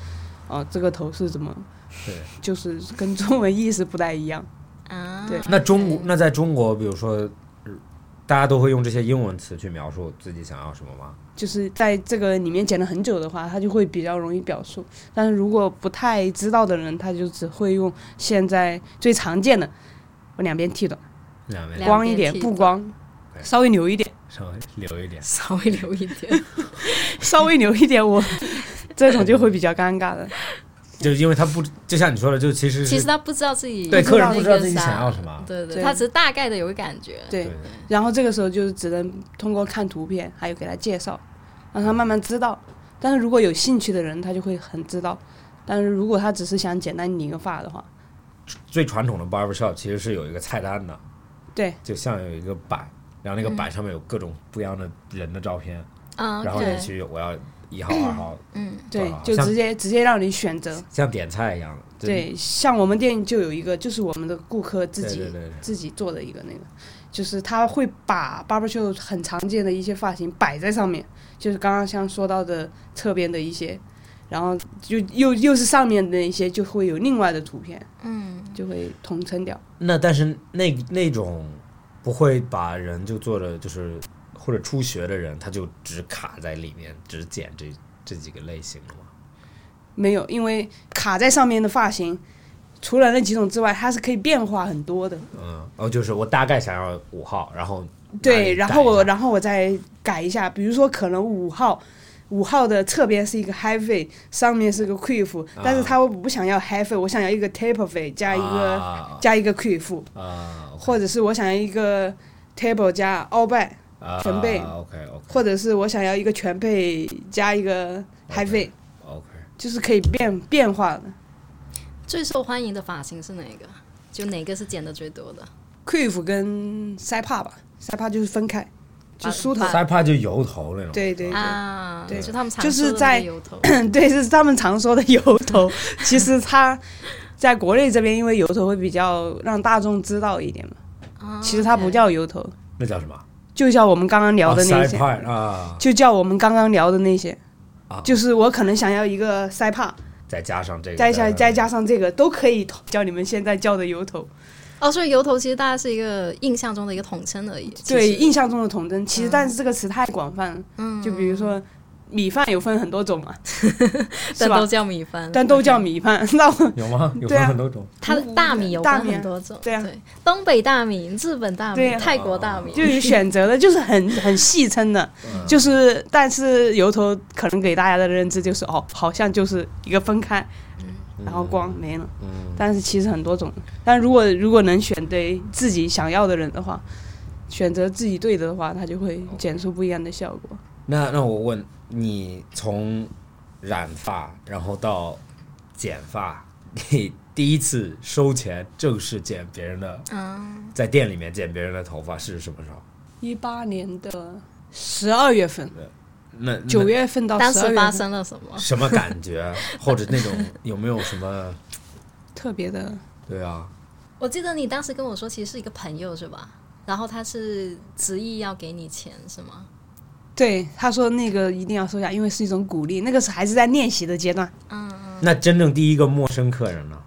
哦，这个头是怎么，
对。
就是跟中文意思不太一样。
啊，
对
那中国那在中国，比如说。大家都会用这些英文词去描述自己想要什么吗？
就是在这个里面剪了很久的话，他就会比较容易表述。但是如果不太知道的人，他就只会用现在最常见的，我两边剃短，
两位
两
光一点
边剃
不光，
对
稍微留 一点，
稍微留一点。
稍微留一点，
稍微留一 点，我这种就会比较尴尬的。
就因为他不，就像你说的，就其实是
其实他不知道自己
对
那
客人
个
不知道自己
啥
想要什么
对对，
对
他只是大概的有个感觉，
对
对，
然后这个时候就是只能通过看图片，还有给他介绍，让他慢慢知道。但是如果有兴趣的人，他就会很知道。但是如果他只是想简单理个发的话，
最传统的 barber shop 其实是有一个菜单的，
对，
就像有一个板，然后那个
嗯
板上面有各种不一样的人的照片，
哦
啊，
然后
对
你去我要一号、二 号，
对
啊，
就
像
直接直接让你选择。
像点菜一样的。就，
对，像我们店就有一个，就是我们的顾客自己
对对对对
自己做的一个那个，就是他会把 barber show 很常见的一些发型摆在上面，就是刚刚像说到的侧边的一些，然后就又又是上面的一些，就会有另外的图片，嗯，就会统称掉。
那但是那那种不会把人就做的就是或者初学的人，他就只卡在里面，只剪这这几个类型了吗？
没有，因为卡在上面的发型，除了那几种之外，它是可以变化很多的。
嗯，哦，就是我大概想要五号，然后哪
对，
里
然
改
后
一
我
下
然后我再改一下，比如说可能五号。五号的侧边是一个 high fade，上面是个 quiff，但
啊
是它我不想要 high fade，我想要一个 taper fade 加一个、
啊
加一个 quiff，
啊
或者是我想要一个 taper 加 all back，
啊
准备
，OK OK
或者是我想要一个全配加一个 high fade，、
OK，
就是可以变变化的。
最受欢迎的发型是哪一个？就哪个是剪的最多的？
quiff 跟塞帕吧，塞帕就是分开，就
把
梳头
把，
塞帕就油头那种。
对对对。
啊，
对
就他们常
就是
说的那
在
个油 头，
对，是他们常说的油头。其实它在国内这边，因为油头会比较让大众知道一点嘛。
啊
其实它不
OK
叫油头，
那叫什么？
就叫我们刚刚聊的那些，
啊塞帕啊，
就叫我们刚刚聊的那些
啊。
就是我可能想要一个腮帕，
再加上这个，
再加再加上这个，都可以叫你们现在叫的油头。
哦，所以油头其实大家是一个印象中的一个统称而已。其实
对，印象中的童真，其实但是这个词太广泛了，
嗯，
就比如说米饭有分很多种嘛，是
但都
吧？
叫米饭，
但都叫米饭， 那我
有吗？有
对啊
分很多种。
它的大米有
大
分
米啊
很多种，
对啊
东北大米、日本大
对
米、
啊
泰国大米，
就是选择的就是很很细称的，就是但是油头可能给大家的认知就是哦，好像就是一个分开，然后光没了，
嗯，
但是其实很多种。但如果如果能选对自己想要的人的话，选择自己对的的话，它就会剪出不一样的效果。
那那我问你，从染发然后到剪发，你第一次收钱正式剪别人的，
嗯，
在店里面剪别人的头发是什么时候？
一八年的十二月份，
那那
九月份到
当
十二
时
月
发
份，
生了什 么？
什么感觉，或者那种有没有什么？
特别的
对啊，
我记得你当时跟我说，其实是一个朋友是吧？然后他是执意要给你钱是吗？
对，他说那个一定要收下，因为是一种鼓励。那个时候还是在练习的阶段。
那真正第一个陌生客人呢？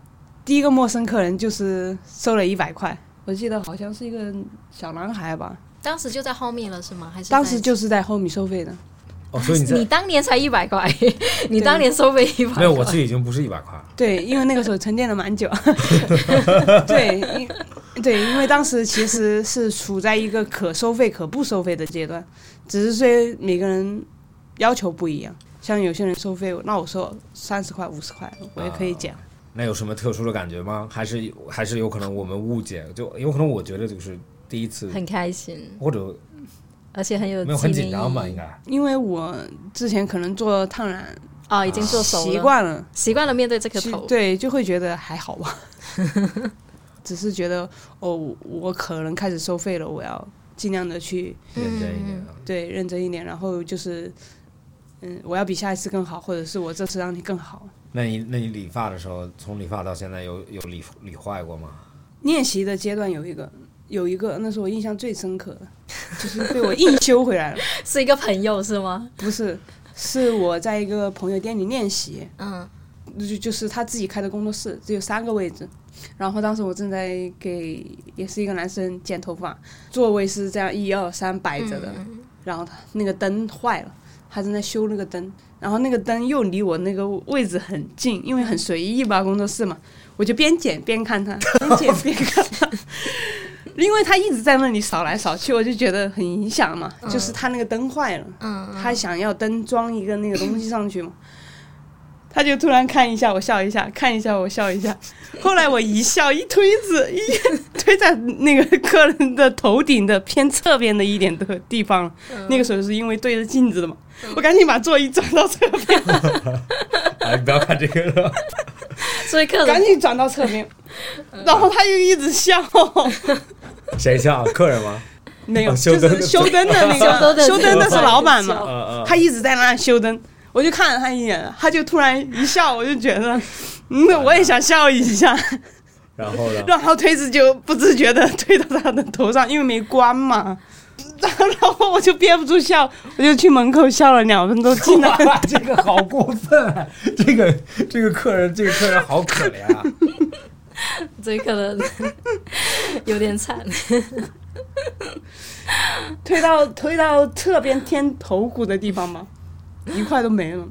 第一个陌生客人就是收了一百块，我记得好像是一个小男孩吧，
当时就在后面了是吗？还是
当时
在
就是在后米收费的。
哦，所以你在
你当年才一百块， 你当年收费一百，
没有，我去已经不是一百块了。
对，因为那个时候沉淀了蛮久。对，因对，因为当时其实是处在一个可收费可不收费的阶段，只是说每个人要求不一样。像有些人收费，那我收三十块、五十块，我也可以
啊
减。
那有什么特殊的感觉吗？还是还是有可能我们误解，就有可能我觉得就是第一次，
很开心，
或者
而且很有
没有很
纪念
紧张吧？
意义
应该
因为我之前可能做烫染
哦，已经做熟了，
习惯了，
习惯了面对这个
其
头，
对，就会觉得还好吧， 只是觉得哦，我我可能开始收费了，我要尽量的去
认真一点啊。
对认真一点，然后就是嗯，我要比下一次更好，或者是我这次让你更好。
那你那你理发的时候，从理发到现在有有理理坏过吗？
练习的阶段有一个有一个，那是我印象最深刻的，就是被我硬修回来了，
是一个朋友是吗？
不是，是我在一个朋友店里练习，
嗯，
就就是他自己开的工作室，只有三个位置。然后当时我正在给也是一个男生剪头发，座位是这样一二三摆着的，然后他那个灯坏了，他正在修那个灯，然后那个灯又离我那个位置很近，因为很随意吧，工作室嘛，我就边剪边看他，边剪边看他。因为他一直在那里扫来扫去，我就觉得很影响嘛。就是他那个灯坏了，他想要灯装一个那个东西上去嘛，他就突然看一下我笑一下，看一下我笑一下。后来我一笑，一推子一推在那个客人的头顶的偏侧边的一点的地方了。那个时候是因为对着镜子的嘛，我赶紧把座椅转到侧边，
啊，你不要看这个了。
所以客
赶
人
紧转到侧边，然后他又一直笑。
谁笑？客人吗？
没有，
哦
就
修灯
是
的
修灯的那
修灯
个
的
修灯的是老板嘛，
呃
他一直在那修灯，我就看了他一眼，他就突然一笑，我就觉得，嗯，我也想笑一下，
然后呢？
然后推子就不自觉的推到他的头上，因为没关嘛。 然后我就憋不住笑，我就去门口笑了两分钟，进来
哇， 这个好过分、啊！ 这个这个客人，这个客人好可怜啊！
这个 人有点惨，
推到推到侧边天头骨的地方嘛，一块都没了。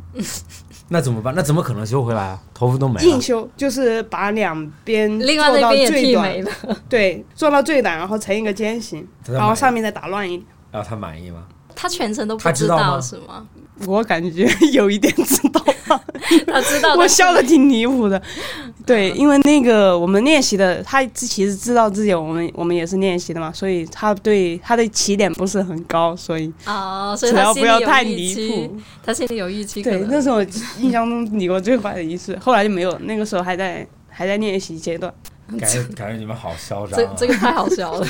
那怎么办？那怎么可能修回来啊？头发都没
硬
了。
修就是把两边
另外
做
那
到
边也
最
剃
短
没，了，
对，做到最短，然后成一个尖形，
他在
然后
买
上面再打乱一点。
然后他满意吗？
他全程都不
他知道吗
是吗？
我感觉有一点知道吧，
他知 道，
我
但是
笑的挺离谱的。
嗯
对，因为那个我们练习的，他其实知道自己我们我们也是练习的嘛，所以他对他的起点不是很高，所以
哦，所以
只
他
要
心
不
里
要
有
太
预
离
期
谱，。
他心里有预期，可
对，那
能
是我印象中理过最 坏的一次，后来就没有，那个时候还在还在练习阶段，
感觉感觉你们好嚣张、
这
啊。
这个太好笑了。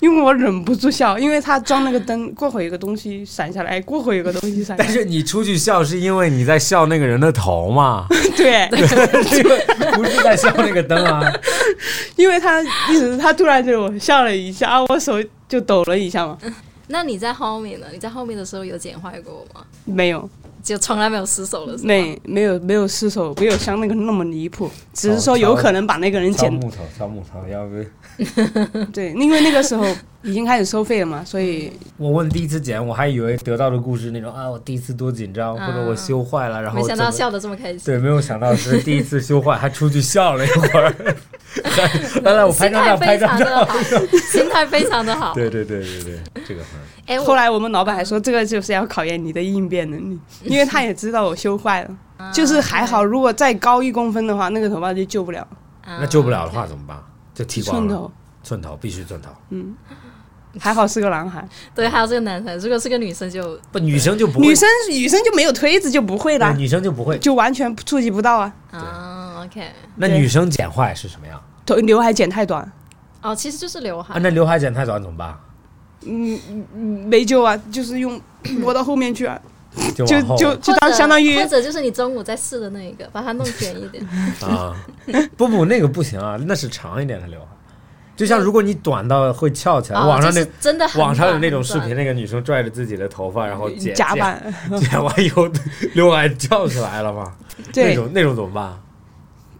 因为我忍不住笑，因为他装那个灯，过会有个东西闪下来，过会有个东西闪下
但
来，
是你出去笑是因为你在笑那个人的头嘛，
对。
这个不是在笑那个灯啊。
因为他意思是他突然对我笑了一下，啊，我手就抖了一下嘛，
那你在后面呢？你在后面的时候有剪坏过吗？
没有，
就从来没有失手了，是吗？
没没有没有失手，没有像那个那么离谱，只是说有可能把那个人
敲
剪
木头，敲木头，要不
对，因为那个时候已经开始收费了嘛，所以
我问第一次剪，我还以为得到的故事那种啊，我第一次多紧张，或者我修坏了，然后
没想到
怎么
笑得这么开心。
对，没有想到是第一次修坏，还出去笑了一会儿。 来来来，我拍
心
张
态
照，拍张
非常
照。
的好，心态非常的好。
对对对对对，这个很
哎，
后
我
来我们老板还说，这个就是要考验你的应变能 力，因为他也知道我修坏了，
啊
就是还好，如果再高一公分的话，那个头发就救不了，
那救不了的话怎么办？就剃光
寸
了，
头。
寸头必须寸头。
还好是个男孩，
对，还有这个男生，如果是个女生就
不，女生就不会，
女生女生就没有推子就不会
对
啦，
女生就不会。
就完全触及不到啊。
啊，OK，
那
对
女生剪坏是什么样？
头刘海剪太短，
哦，其实就是刘海
啊，，那刘海剪太短怎么办？
没救啊，就 是用摸到后面去啊，
就
就
往后
就就当
或者
相当于
或者就是你中午在试的那一个，把它弄卷一 点。
啊，不不，那个不行啊，那是长一点的刘海。就像如果你短到会翘起来，
哦
网上
就
那
是真的很
网上有
短
那种
很
视频，
短
那个女生拽着自己的头发，然后剪
夹
剪
板，
剪完以 后刘海翘起来了嘛？那
对，
种那种怎么办？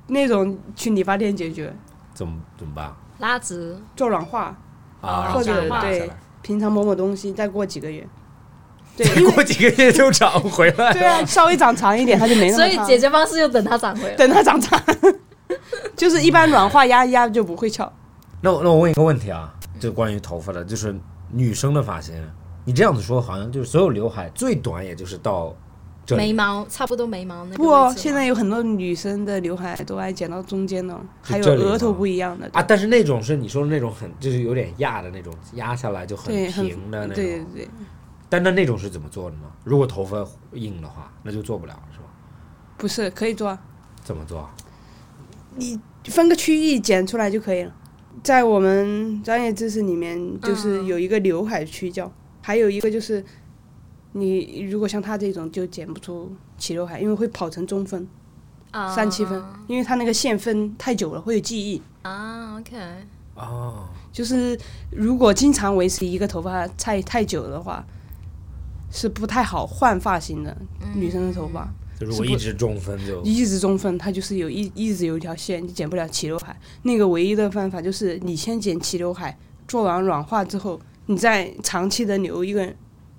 那种去理发店解决，
怎么怎么办
拉直，
做软化，
啊？然后
或
再
者
拉下
对
来，
平常抹抹东西，再过几个月， 对，
再
因为
过几个月就长回来
对啊，
了。
稍微长长一点它就没那
所
么
以
长，
解决方式就等它长回来。
等它长 长，就是一般软化压一压就不会翘。
那我那我问一个问题啊，就关于头发的，就是女生的发型，你这样子说好像就是所有刘海最短也就是到这
眉
里，
毛差不多，眉毛那个
不哦
位，置
现在有很多女生的刘海都爱剪到中间的哦，
就
还有
这里
额头
吗
不一样的
啊，但是那种是你说的那种很就是有点压的那种，压下来就很
对，很
平的那
对对
种。
对，
但那那种是怎么做的呢？如果头发硬的话，那就做不了是吧？
不是可以做啊，
怎么做？
分个区域剪出来就可以了。在我们专业知识里面，就是
嗯
有一个刘海区叫，还有一个就是，你如果像他这种就剪不出齐刘海，因为会跑成中分、
啊
三七分，因为他那个线分太久了会有记忆。
啊，OK，
哦，
就是如果经常维持一个头发太太久的话，是不太好换发型的。
嗯
女生的头发
就如果
是不
一直中分就
一直中分，它就是有一一直有一条线，你剪不了齐刘海。那个唯一的办法就是你先剪齐刘海，做完软化之后，你再长期的留一个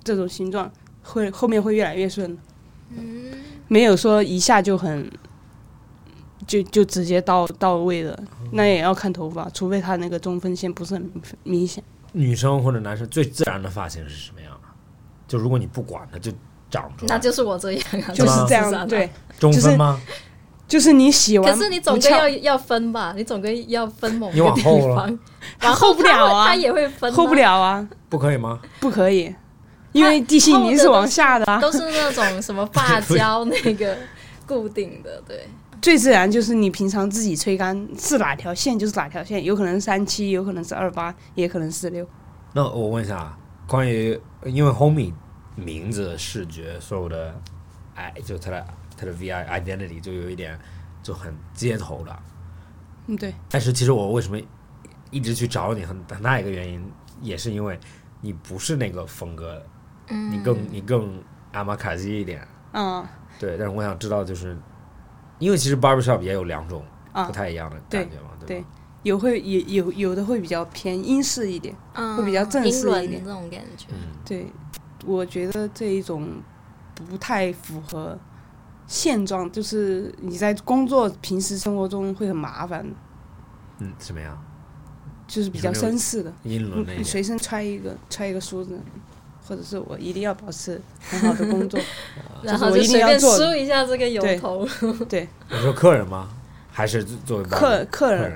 这种形状，会后面会越来越顺。嗯，没有说一下就很。就就直接到到位了，那也要看头发，除非它那个中分线不是很明明显。
女生或者男生最自然的发型是什么样的？就如果你不管它，就长出来，
那就是我这样啊，
就是这
自然啊
样，对，，
中
就是
分吗？
就是你洗完
可
不翘，
是你总归要要分吧，你总归要分某一
你
个
往
地
后了
方，
它
然后
厚不了啊
它会它也会分，
厚不，了啊，
不可以吗？
不可以，因为地心引力是往下的啊。
都是那种什么发胶那个 固定的，对，
最自然就是你平常自己吹干是哪条线就是哪条线，有可能三七，有可能是二八，也可能是六。
那我问一下啊，关于因为 Homie 名字、视觉、所有的，哎，就他的他的 VI identity 就有一点就很街头的。
嗯，对，
但是其实我为什么一直去找你很，很大一个原因也是因为你不是那个风格，你更你更阿玛卡西一点。
嗯，
对，但是我想知道就是，因为其实 barbershop 也有两种
啊
不太一样的
对
感觉嘛，对
对
吧？
有会有有有的会比较偏英式一点，
嗯，
会比较正式一
英伦
点
那种感觉。
嗯
对，我觉得这一种不太符合现状，就是你在工作平时生活中会很麻烦，
嗯，什么样？
就是比较
有没有
绅士的。嗯
英伦那一
你
点
随身揣一个揣一个梳子，或者是我一定要保持很好的 工作，
然后
我一定
随
要
便
做
梳一下这个油
对
头，
对，
你说客人吗？还是作为 barber-
客客
客
人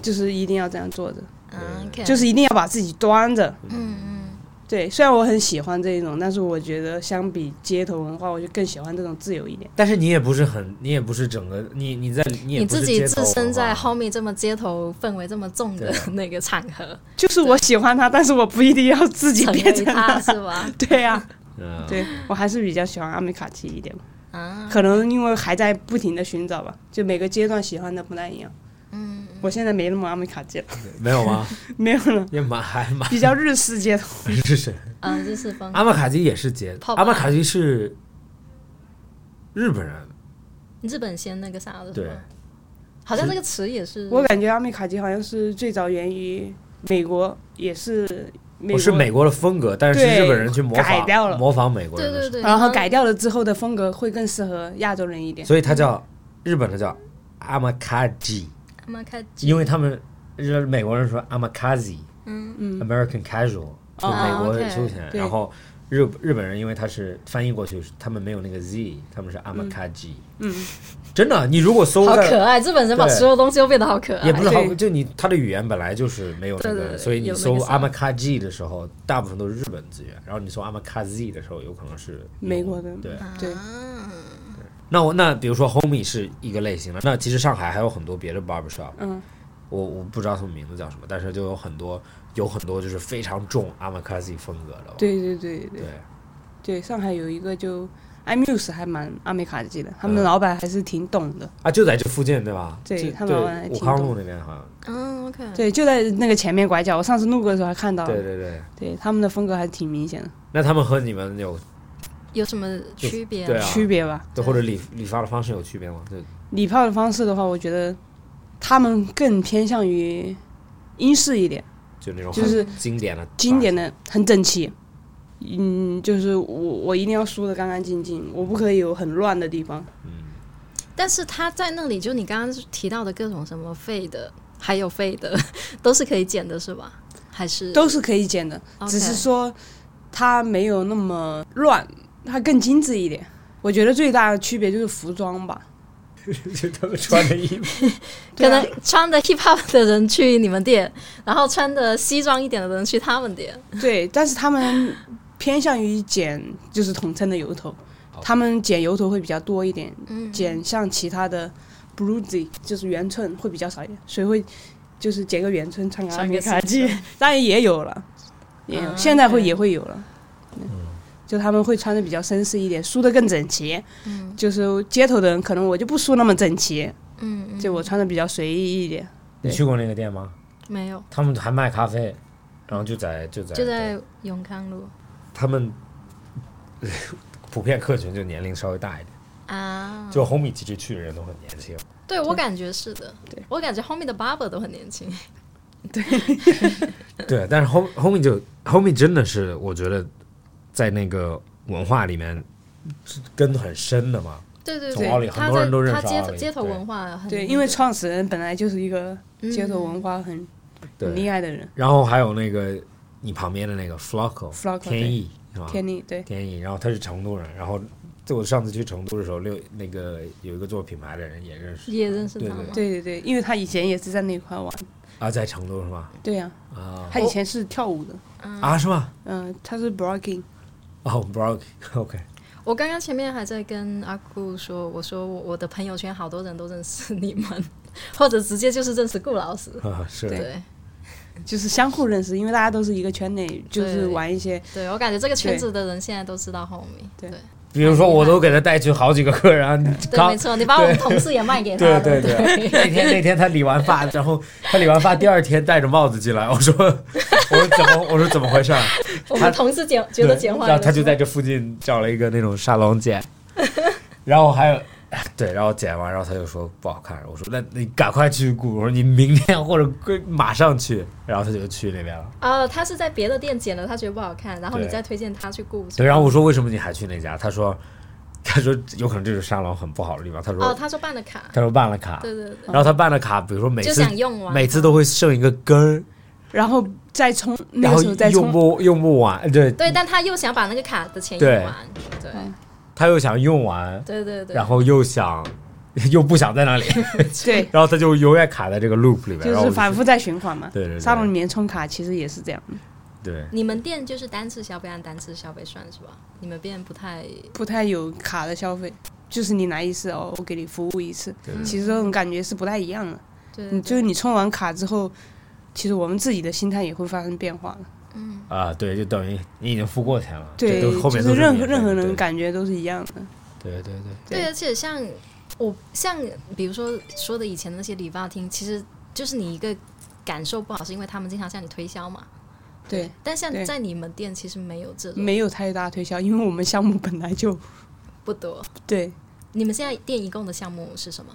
就是一定要这样做的，
嗯，OK，
就是一定要把自己端着。
嗯嗯，
对，虽然我很喜欢这一种，但是我觉得相比街头文化，我就更喜欢这种自由一点。
但是你也不是很，你也不是整个，你你在你也
你
不是
自己
街头啊
置身在
文化
homie 这么街头氛围这么重的
对
那个场合，
就是我喜欢它，但是我不一定要自 己
成
变
为
成
他
它。
是 吧？
对呀、
嗯，
对我还是比较喜欢阿美卡奇一点吧，
啊，
可能因为还在不停的寻找吧，就每个阶段喜欢的不太一样。嗯，我现在没那么阿美卡奇了，
没有吗？
没有了，
也蛮还蛮
比较日式街头。
是是。啊
嗯，就是风
阿玛卡基也是街，
泡吧
阿玛卡基是日本人
日本先那个啥
嗯
的，
对，
好像这个词也是，
我感觉阿美卡基好像是最早源于美国，也是美
不
国，
哦是美国的风格，但是是
对
日本人去模仿
改掉了
模仿美国
对
人的
对
时
对，
然后改掉了之后的风格会更适合亚洲人一
候，
点。
所以它叫日本的叫 amakaji，
他们开
因为他们日美国人说 amakazi，
嗯，
American Casual，就
哦
美国
OK，
休闲，
对
然后日日本人因为他是翻译过去，他们没有那个 Z，他们是 Amakaji。
嗯，
真的，你如果搜
好
在，
可爱，日本人把
对
所有东西都变得好可爱，
也不是好，
对
就你他的语言本来就是没有那
对对
个，
对
所以你
有那
搜
个
Amakaji 的时候，大部分都是日本资源，然后你搜 Amakazi 的时候，有可能是
美国的
对，
对，
啊
那我那比如说 Homie 是一个类型的，那其实上海还有很多别的 barber shop，
嗯，
我我不知道他们名字叫什么，但是就有很多有很多就是非常重 Amakazi 风格的。
对对对对
对，
对，上海有一个就 iMuse 还蛮阿美卡基的，他
嗯
们的老板还是挺懂的。
嗯
啊，就在这附近对吧？
对
这
他们
对
老板还
武
挺
康
多
路那边好像，
嗯，OK，
对，就在那个前面拐角，我上次路过的时候还看到了。
对对对。
对他们的风格还挺明显的，
那他们和你们有
有什么区别？
对啊
区别吧。
对或者理理发的方式有区别吗？对，
理发的方式的话，我觉得他们更偏向于英式一点，
就那种
就
很
是
经典的
经典
的
的很整齐。嗯，就是我我一定要梳的干干净净，我不可以有很乱的地方。
嗯
但是他在那里，就你刚刚提到的各种什么废的，还有废的， 都是可以剪的，是吧？还是
都是可以剪的
OK
只是说它没有那么乱，它更精致一点。我觉得最大的区别就是服 装吧，
就他们穿的衣服，
对
可
啊
能穿的 hip hop 的人去你们店，然后穿的西装一点的人去他们店。
对，但是他们偏向于剪就是统称的油头，
好
他们剪油头会比较多一点，
嗯，
剪像其他的 bluesy 就是圆寸会比较少一点，谁会就是剪个圆寸穿个阿
穿
米
个
卡
西
基，当然也有了，也有，
啊
现在会
对
也会有了。对
嗯
就他们会穿的比较绅士一点，梳的更整齐。嗯，就是街头的人可能我就不梳那么整齐，
嗯，嗯
就我穿的比较随意一点。
你去过那个店吗？
没有，
他们还卖咖啡，然后就在就在
就在永康路
他们 普遍客群就年龄稍微大一点，
啊。
嗯
就 Homie 其实去的人都很年轻，
对我感觉是的，
对
我感觉 homie 的 barber 都很年轻。
对，但是 Hom Homie 就 Homie 真的是我觉得在那个文化里面是根很深的嘛，
对对
从奥利
对，
很
他
多人
在
都认识
他街
奥
头
利
街头
对
文化很嗯
对，因为创始人本来就是一个街头文化很、
对
很厉害的人，
然后还有那个你旁边的那个 Floco
Flocco，
天意是吧？
天力对，
啊
天意，然后他是成都人，然后在我上次去成都的时候，六那个有一个做品牌的人也认识
也认识
对
他
对
吗？
对对对，因为他以前也是在那块玩，
啊，在成都是吗？
对呀、
啊
他以前是跳舞的，
啊是吗？
嗯、他是 breaking，
哦，Brock OK，
我刚刚前面还在跟阿顾说，我说我我的朋友圈好多人都认识你们， 或者直接就是认识顾老师。
啊是
对
就是相互认识，因为大家都是一个圈内，就是玩一些
对，我感觉这个圈子的人现在都知道 homie。
对
对，
比如说我都给他带去好几个客人啊，你
对，
刚
没错，你把我们同事也卖给他
对
了。
对对，那天那天他理完发，然后他理完发第二天戴着帽子进来，我说 我说怎么我说怎么回事儿？
我们同事剪觉得剪坏
然
了，
后他就在这附近找了一个那种沙龙剪， 然后还有。对，然后剪完，然后他就说不好看。我说那你赶快去雇，我说你明天或者归马上去。然后他就去那边了。
呃，他是在别的店剪了，他觉得不好看，然后你
对
再推荐他去雇。
对，然后我说为什么你还去那家？他说他说有可能这是沙龙很不好的地方。他说、
哦，他说办的卡，
他说办了卡，
对对对，
然后他办了卡，比如说每
就
次
想用完，
每次都会剩一个根儿，
然后再充，
然
那
后
个时候再
用
充，
不用不完，对，
对，但他又想把那个卡的钱用
对
完，对
他又想用完，
对对对，
然后又想又不想在 那里，
对，
然后他就永远卡在这个 loop 里面，然
就
后
是
我
反复在循环嘛。
对对对
沙龙里面充卡其实也是这样，
对，
你们店就是单次消费按单次消费算是吧？你们店不太
不太有卡的消费，就是你来一次哦，我给你服务一次，
对对
其实这种感觉是不太一样的。
对
你就是你充完卡之后，其实我们自己的心态也会发生变化的。
啊，对，就等于你已经付过钱了，
对，
这都后面
就
都
是任
免
何
费
任何
的
人，感觉都是一样的。
对对对对，
对，而且像我像比如说说的以前的那些理发厅，其实就是你一个感受不好，是因为他们经常向你推销嘛。
对，
但像
对
在你们店其实没有这种，
没有太大推销，因为我们项目本来就
不多。
对
你们现在店一共的项目是什么？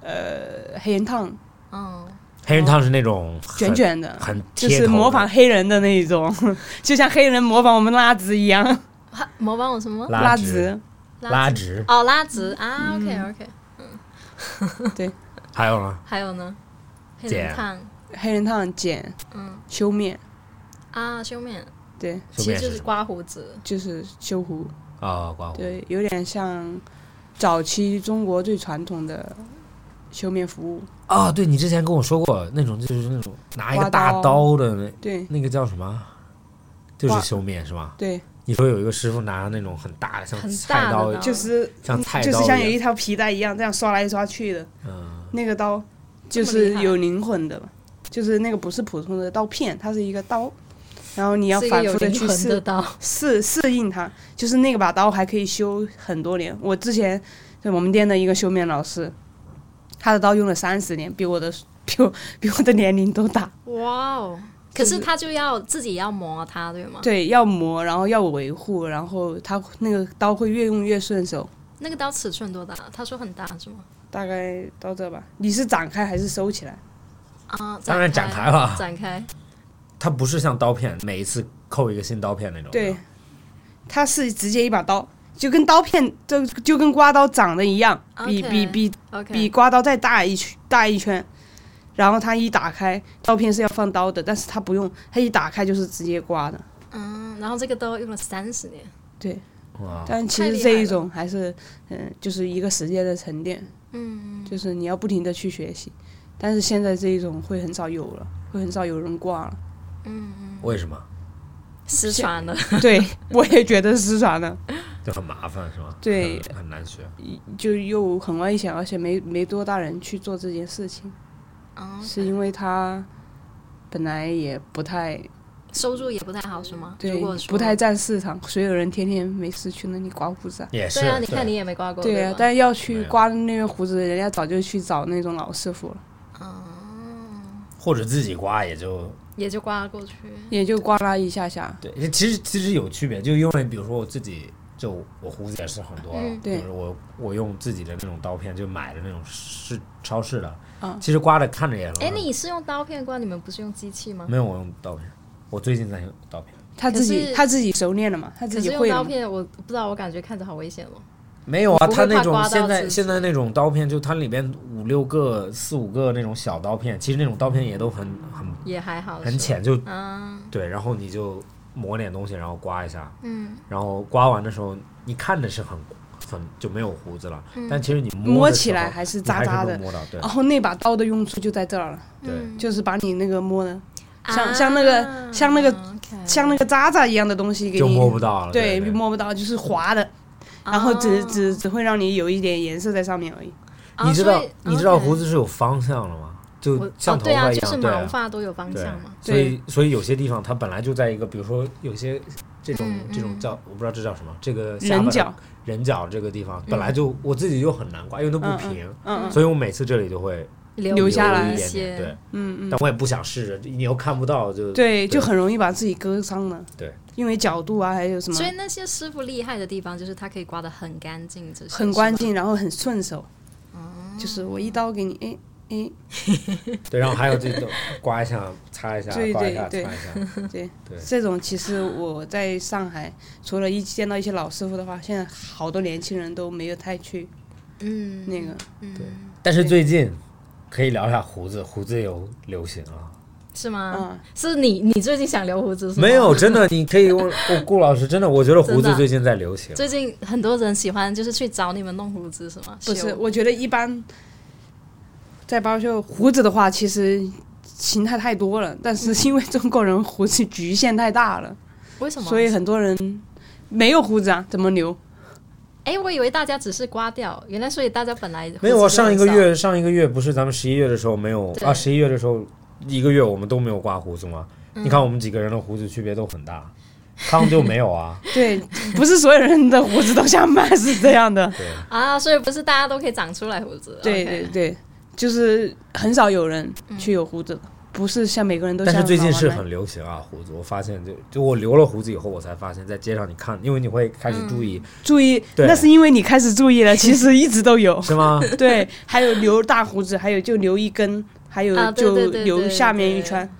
呃，黑人烫
嗯，
黑人烫是那种很
卷，卷的，
很
就
贴
是
头
模
的
仿黑人的那一种， 就像黑人模仿我们拉直一样，
哈模仿我什么？
拉直
直，
拉直，
哦，拉直啊，OK OK，
还有呢，
还有呢，黑
剪
人烫
黑人烫剪，
嗯，
修面，
啊，修面
对，
修
其
面
实就是是
什么
刮胡子，
就是修胡，
啊，刮胡，
对，有点像早期中国最传统的修面服务，
啊，对你之前跟我说过那种，就是那种拿一个
刮
大刀
刀
的那
对
那个叫什么，就是
刮
修面是吗？
对，
你说有一个师傅拿那种很大的像
很
菜
大的
刀，
刀
就是
像菜
嗯就是
刀
像有
一
一
样，
条皮带一样，这样刷来刷去的，
嗯，
那个刀
这
就
么厉
是
害
有灵魂的，就是那个不是普通的刀片，它是一个刀，然后你
你
要反复
的
的去试
的刀，
适适应它，就是那把刀还可以修很多年。我之前在我们店的一个修面老师，他的刀用了三十年，比我的比我比我的年龄都大。
哇哦！可是他就要自己要磨它，对吗？
对，要磨，然后要维护，然后他那个刀会越用越顺手。
那个刀尺寸多大？他说很大是吗？
大概到这吧，你是展开还是收起来？
啊，
当然展
展
开了
展开。
它不是像刀片，每一次扣一个新刀片那种，
对，他是直接一把刀，就跟刀片就就跟刮刀长得一样，比比
OK
比
OK，
比刮刀再大一圈大一圈，然后它一打开，刀片是要放刀的，但是它不用，它一打开就是直接刮的。
嗯，然后这个刀用了三十年，
对，
哇，
但其
太
实
厉
这
害
一
了
种还是，嗯，就是一个时间的沉淀，
嗯，
就是你要不停的去学习。但是现在这一种会很少有了，会很少有人挂了。 嗯
为什么
失传了。
对，我也觉得失传了，
就很麻烦是吗？
对
很，很难学。
就又很危险，而且没没多大人去做这件事情，
啊，
是因为他本来也不太
收入也不太好是吗？
对
如果，说
不太占市场，所有人天天没事去那里刮胡子啊。
也是，
对啊，你看你也没刮过，
对
呀
啊，，但要
没
去
有
刮那个胡子，人家早就去找那种老师傅了，
或者自己刮也就
也就刮过去。
也就刮啦一下下。
对。其实其实有区别，就因为比如说我自己，就我胡子也是很多了，啊
嗯
对
就是我我用自己的那种刀片，就买的那种市超市的，
啊
其实刮的看着也很好。
嗯
哎，你是用刀片刮，你们不是用机器吗？
没有我用刀片，我最近在用刀片，
他自
可
己
是
他自己熟练了嘛，他自
可是
己
用
会
刀
了嘛。
片，我不知道，我感觉看着好危险哦。
没有啊，
你不
它
会
那
怕
种
刮到
现在
自己
现在那种刀片，就它里边五六个、四五个那种小刀片，其实那种刀片也都很很
也还好，
很
是吧。
浅，就
嗯
对，然后你就抹点东西，然后刮一下，
嗯，
然后刮完的时候，你看着是很很就没有胡子了，
嗯
但其实你摸
摸
的时
起
候
来还是
你
扎
还是
扎
能
的，
摸到，对
哦
然后那把刀的用处就在这儿了，
嗯
对，
就是把你那个摸的像
啊
像那个像那个
OK
像那个渣渣一样的东西给
就
你
摸不到了，
对，
对，对
摸不到，就是滑的，然后只
哦
只只会让你有一点颜色在上面而已。
哦
你知道
所以
你知道
OK
胡子是有方向的吗？
我
就像
哦
头
对
发
啊，
一
就是
样，对
毛
啊。
发都有方
对
向嘛。
所以所以有些地方它本来就在一个，比如说有些这种、
嗯嗯
这种叫我不知道这叫什么，这个下巴
人
的
脚，
人角这个地方本来就、我自己就很难刮，因为它
嗯
不平，
嗯嗯，
所以我每次这里就会
留
留
一
下
留
来
一
一
点
些
点，对，
嗯嗯。
但我也不想试着，你又看不到就
对，就很容易把自己割伤了。
对，
因为角度啊，还有什么
所以那些师傅厉害的地方就是他可以刮得很干净，这些
很关
是吧哦
键，然后很顺手。就是我一刀给你，哎 哎，
对，然后还有这种刮一下、擦一下、
对
刮一下、擦
对
一下，
这种其实我在上海，除了一见到一些老师傅的话，现在好多年轻人都没有太去
嗯
那个。
但是最近可以聊一下胡子，胡子有流行啊。
是吗
嗯？
是你你最近想留胡 子是吗？
没有，真的，你可以问顾顾老师，真的，我觉得胡
真
子
的
最近在流行。啊
最近很多人喜欢就是去找你们弄胡子是吗？哦
不是，
修
我觉得一般在包修胡子的话，其实形态太多了，但是因为中国人胡子局限太大了，
为什么？
所以很多人没有胡子啊，怎么 留？
哎，我以为大家只是刮掉，原来所以大家本来胡子
没有啊，
就
上一个
很少
月上一个月不是咱们十一月的时候没有
对
啊，十一月的时候一个月我们都没有刮胡子吗？
嗯
你看我们几个人的胡子区别都很大，康就没有啊，
对，不是所有人的胡子都像曼是这样的。
啊，所以不是大家都可以长出来胡子。
对
OK 嗯
对对，就是很少有人去有胡子的，不是像每个 人都像
但是最近是
老外
很流行啊，胡子。我发现就就我留了胡子以后，我才发现，在街上你看，因为你会开始注意，
注意，
对
那是因为你开始注意了，其实一直 都有。
是吗？
对，还有留大胡子，还有就留一根，还有
啊对
就
对对
留
对
下面一
对
圈。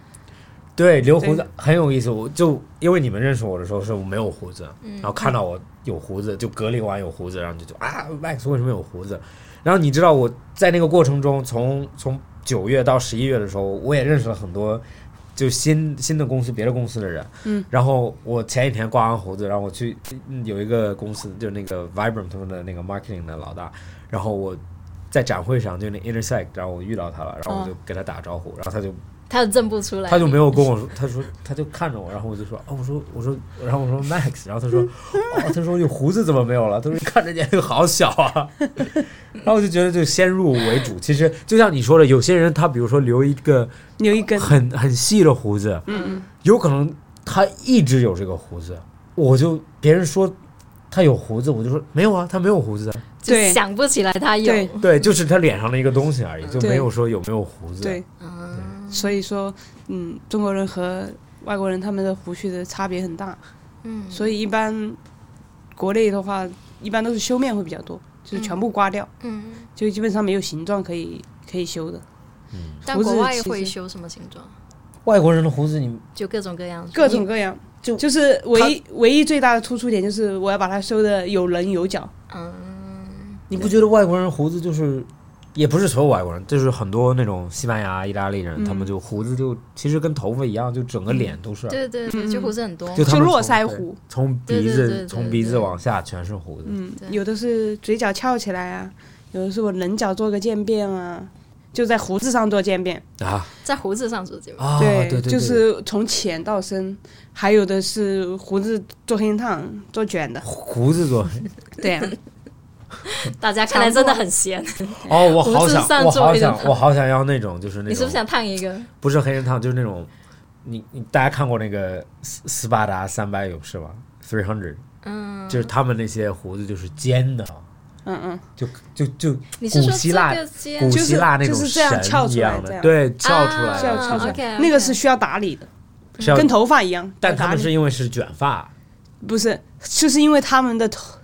对，留胡子很有意思。我就因为你们认识我的时候是我没有胡子，然后看到我有胡子，就隔离完有胡子，然后就就啊，Max 为什么有胡子？然后你知道我在那个过程中，从从九月到十一月的时候，我也认识了很多就新新的公司、别的公司的人。
嗯。
然后我前几天刮完胡子，然后我去嗯有一个公司，就那个 Vibram 他们的那个 marketing 的老大，然后我。在展会上，就那 Intersect，然后我遇到他了，然后我就给他打招呼，然后他就
他就认不出来，
他就没有跟我说，他说他就看着我，然后我就说啊，我说我说，然后我说 Max，然后他说哦，他说你胡子怎么没有了？他说你看着年龄好小啊，然后我就觉得就先入为主，其实就像你说的，有些人他比如说留一个
留一根，
很很细的胡子，嗯嗯，有可能他一直有这个胡子，我就别人说他有胡子，我就说没有啊，他没有胡子，
就
对
想不起来他有。
对
对，就是他脸上的一个东西而已，就
对
没有说有没有胡子，
对，
嗯
所以说，嗯，中国人和外国人他们的胡须的差别很大，
嗯，
所以一般国内的话，一般都是修面会比较多，就是全部刮掉，
嗯，
就基本上没有形状可以可以修的，
但
胡子
国外
其实
会修什么形状？
外国人的胡子你
就各种各样，
各种各样。就就是唯一唯一最大的突出点就是我要把它修的有棱有角，
嗯，
你不觉得外国人胡子就是，也不是所有外国人，就是很多那种西班牙、意大利
嗯
人，他们就胡子就其实跟头发一样，就整个脸都是，嗯
对对对，嗯就胡子很多，
就他
就
们
络
从
腮
对
胡，
从
对
鼻
对对
子
对
从
对
鼻子
对
往下全是胡子。
嗯，
对
有的是嘴角翘起来啊，有的是我棱角做个渐变啊，就在胡子上做渐变。
啊
在胡子上做睫毛。
啊！对对对，
就是从浅到深，还有的是胡子做黑烫、做卷的，
胡子 做
对啊，
大家看来真的很闲，
哦，我好
胡子
想，
上
我
做
好
黑人
想，
烫
我好想要那种，就是那
你是
种
不是想烫一个？
不是黑人烫，就是那种你你大家看过那个斯斯巴达三百勇士吗？Three hundred，
嗯，
就是他们那些胡子就是尖的，
嗯嗯，
就就就
你是说
古希
这
腊
个尖
古
就是
希腊那种
就是这样
神
翘
一
出来
样
这
的，
样
对，翘出
啊
来
是要
的，
翘出来，
OK，OK
那个是需要打理的，
是要
跟头发一样。
但
要
他
打
们
理
是因为是卷发，
不是，就是因为他们的头，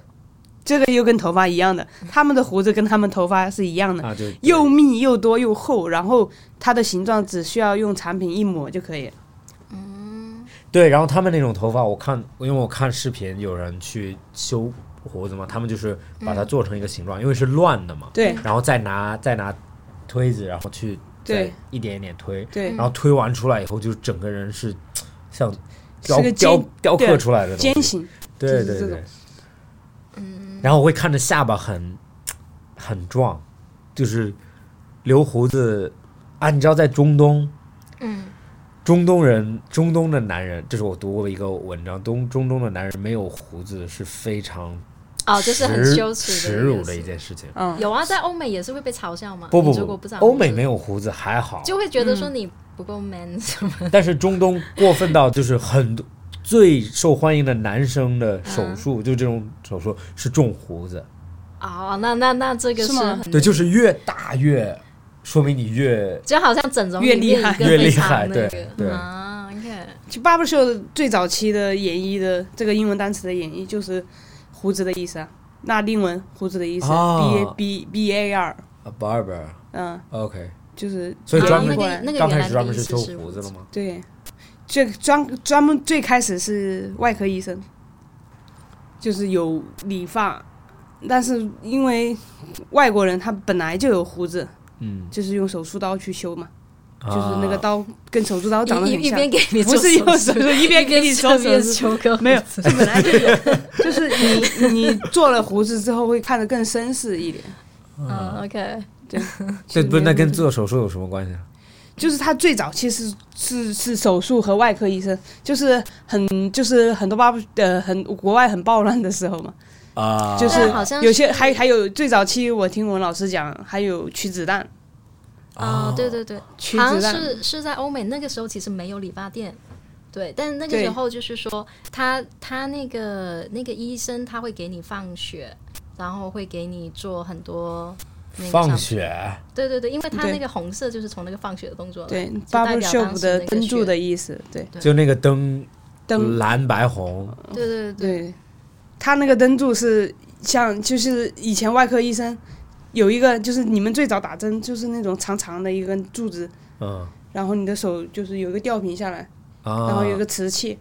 这个又跟头发一样的，他们的胡子跟他们头发是一样的，
啊，就
又密又多又厚，然后它的形状只需要用产品一抹就可以了。
对，然后他们那种头发，我看，因为我看视频，有人去修胡子嘛，他们就是把
嗯
它做成一个形状，因为是乱的嘛，
对
然后再拿再拿推子，然后去
对嗯
再一点一点推，
对，
然后推完出来以后，就是整个人是像雕
是个
雕
尖
雕刻
对
出来的东
尖
西，
形，
对
就是
对
这
对
种，
嗯，然后我会看着下巴很很壮，就是留胡子啊，你知道在中东。
嗯，
中东人，中东的男人，这是我读过的一个文章，东中东的男人没有胡子是非常
哦，就是很
耻
羞耻、
耻辱的一
事。
件事情。
嗯，
有啊，在欧美也是会被嘲笑嘛。
不不
你如果不
不
长，
欧美没
有，
有胡子还好，
就会觉得
嗯
说你不够 man 什么。
但是中东过分到就是很多最受欢迎的男生的手
嗯
术，就这种手术是种胡子，
哦，那那那这个是
是吗
很
对，就是越大越说明你越
就好像整容
越
里
厉
面
害
一个
越
非
厉
常
害
那
对
个
对
啊，OK，
就 barber show 最早期的演绎的这个英文单词的演绎就是胡子的意思啊，拉丁文胡子的意思、
哦
b a b b a r，
a barber
嗯，
OK，
就是
所以
演
专
绎
门
过来
那个
刚
原
开
来
始
的
专门
意
是
思
修
是
胡子了吗？
对，这专专门最开始是外科医生，就是有理发，但是因为外国人他本来就有胡子，
嗯，
就是用手术刀去修嘛，就是
啊
那个刀跟手术刀长得
一
很
一一
像，
边给你
不
做
是用手
术，
术一
一
边给你做手
边
术。
修个
没有，是本来就有， 就是你你做了胡子之后会看得更绅士一点。
嗯，OK，
这不是那
没有
跟做手术有什么关系啊？
就是他最早其实是是手术和外科医生，就是很就是很多巴呃很国外很暴乱的时候嘛，
啊
就是
但好像
有些
是
还还有最早期我听我们老师讲还有取子弹，
哦，对对对，
取
好
子
像
弹
是是在欧美那个时候，其实没有理发店。对，但那个
对
时候就是说，他他那个那个医生他会给你放血，然后会给你做很多那个
放
上
血，
对对对，因为它
对
那个红色就是从那个放血的动作来
对
就代
bubble
表
shop
当时
的
那个
灯
血
柱的意思，对
对
就那个灯
灯
蓝白红，
对对对
对，他那个灯柱是像就是以前外科医生有一个就是你们最早打针就是那种长长的一根柱子，
嗯
然后你的手就是有一个吊瓶下来，
啊，
然后有一个瓷器，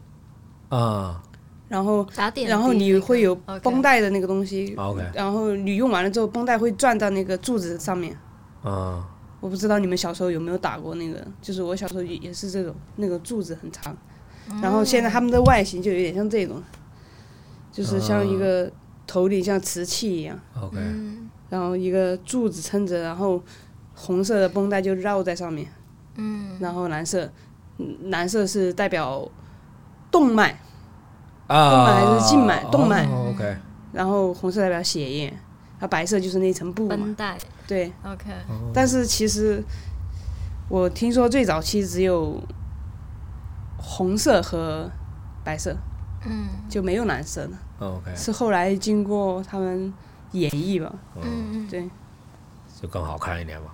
啊
然后
打点滴那个，
然后你会有
OK
绷带的那个东西，
，OK
然后你用完了之后绷带会转到那个柱子上面。
啊，
我不知道你们小时候有没有打过那个，就是我小时候也也是这种，那个柱子很长，然后现在他们的外形就有点像这种，就是像一个头顶像瓷器一样，
，OK，
嗯
然后一个柱子撑着，然后红色的绷带就绕在上面，
嗯，
然后蓝色，嗯蓝色是代表动脉，
啊，
脉还是静脉动脉
哦，OK，
然后红色代表血液，然后白色就是那层布
绷
嘛，
带
对，
，OK，
但是其实我听说最早期只有红色和白色，
嗯
就没有蓝色的，
哦，OK，
是后来经过他们演绎吧，
嗯嗯，
对，
就更好看一点嘛。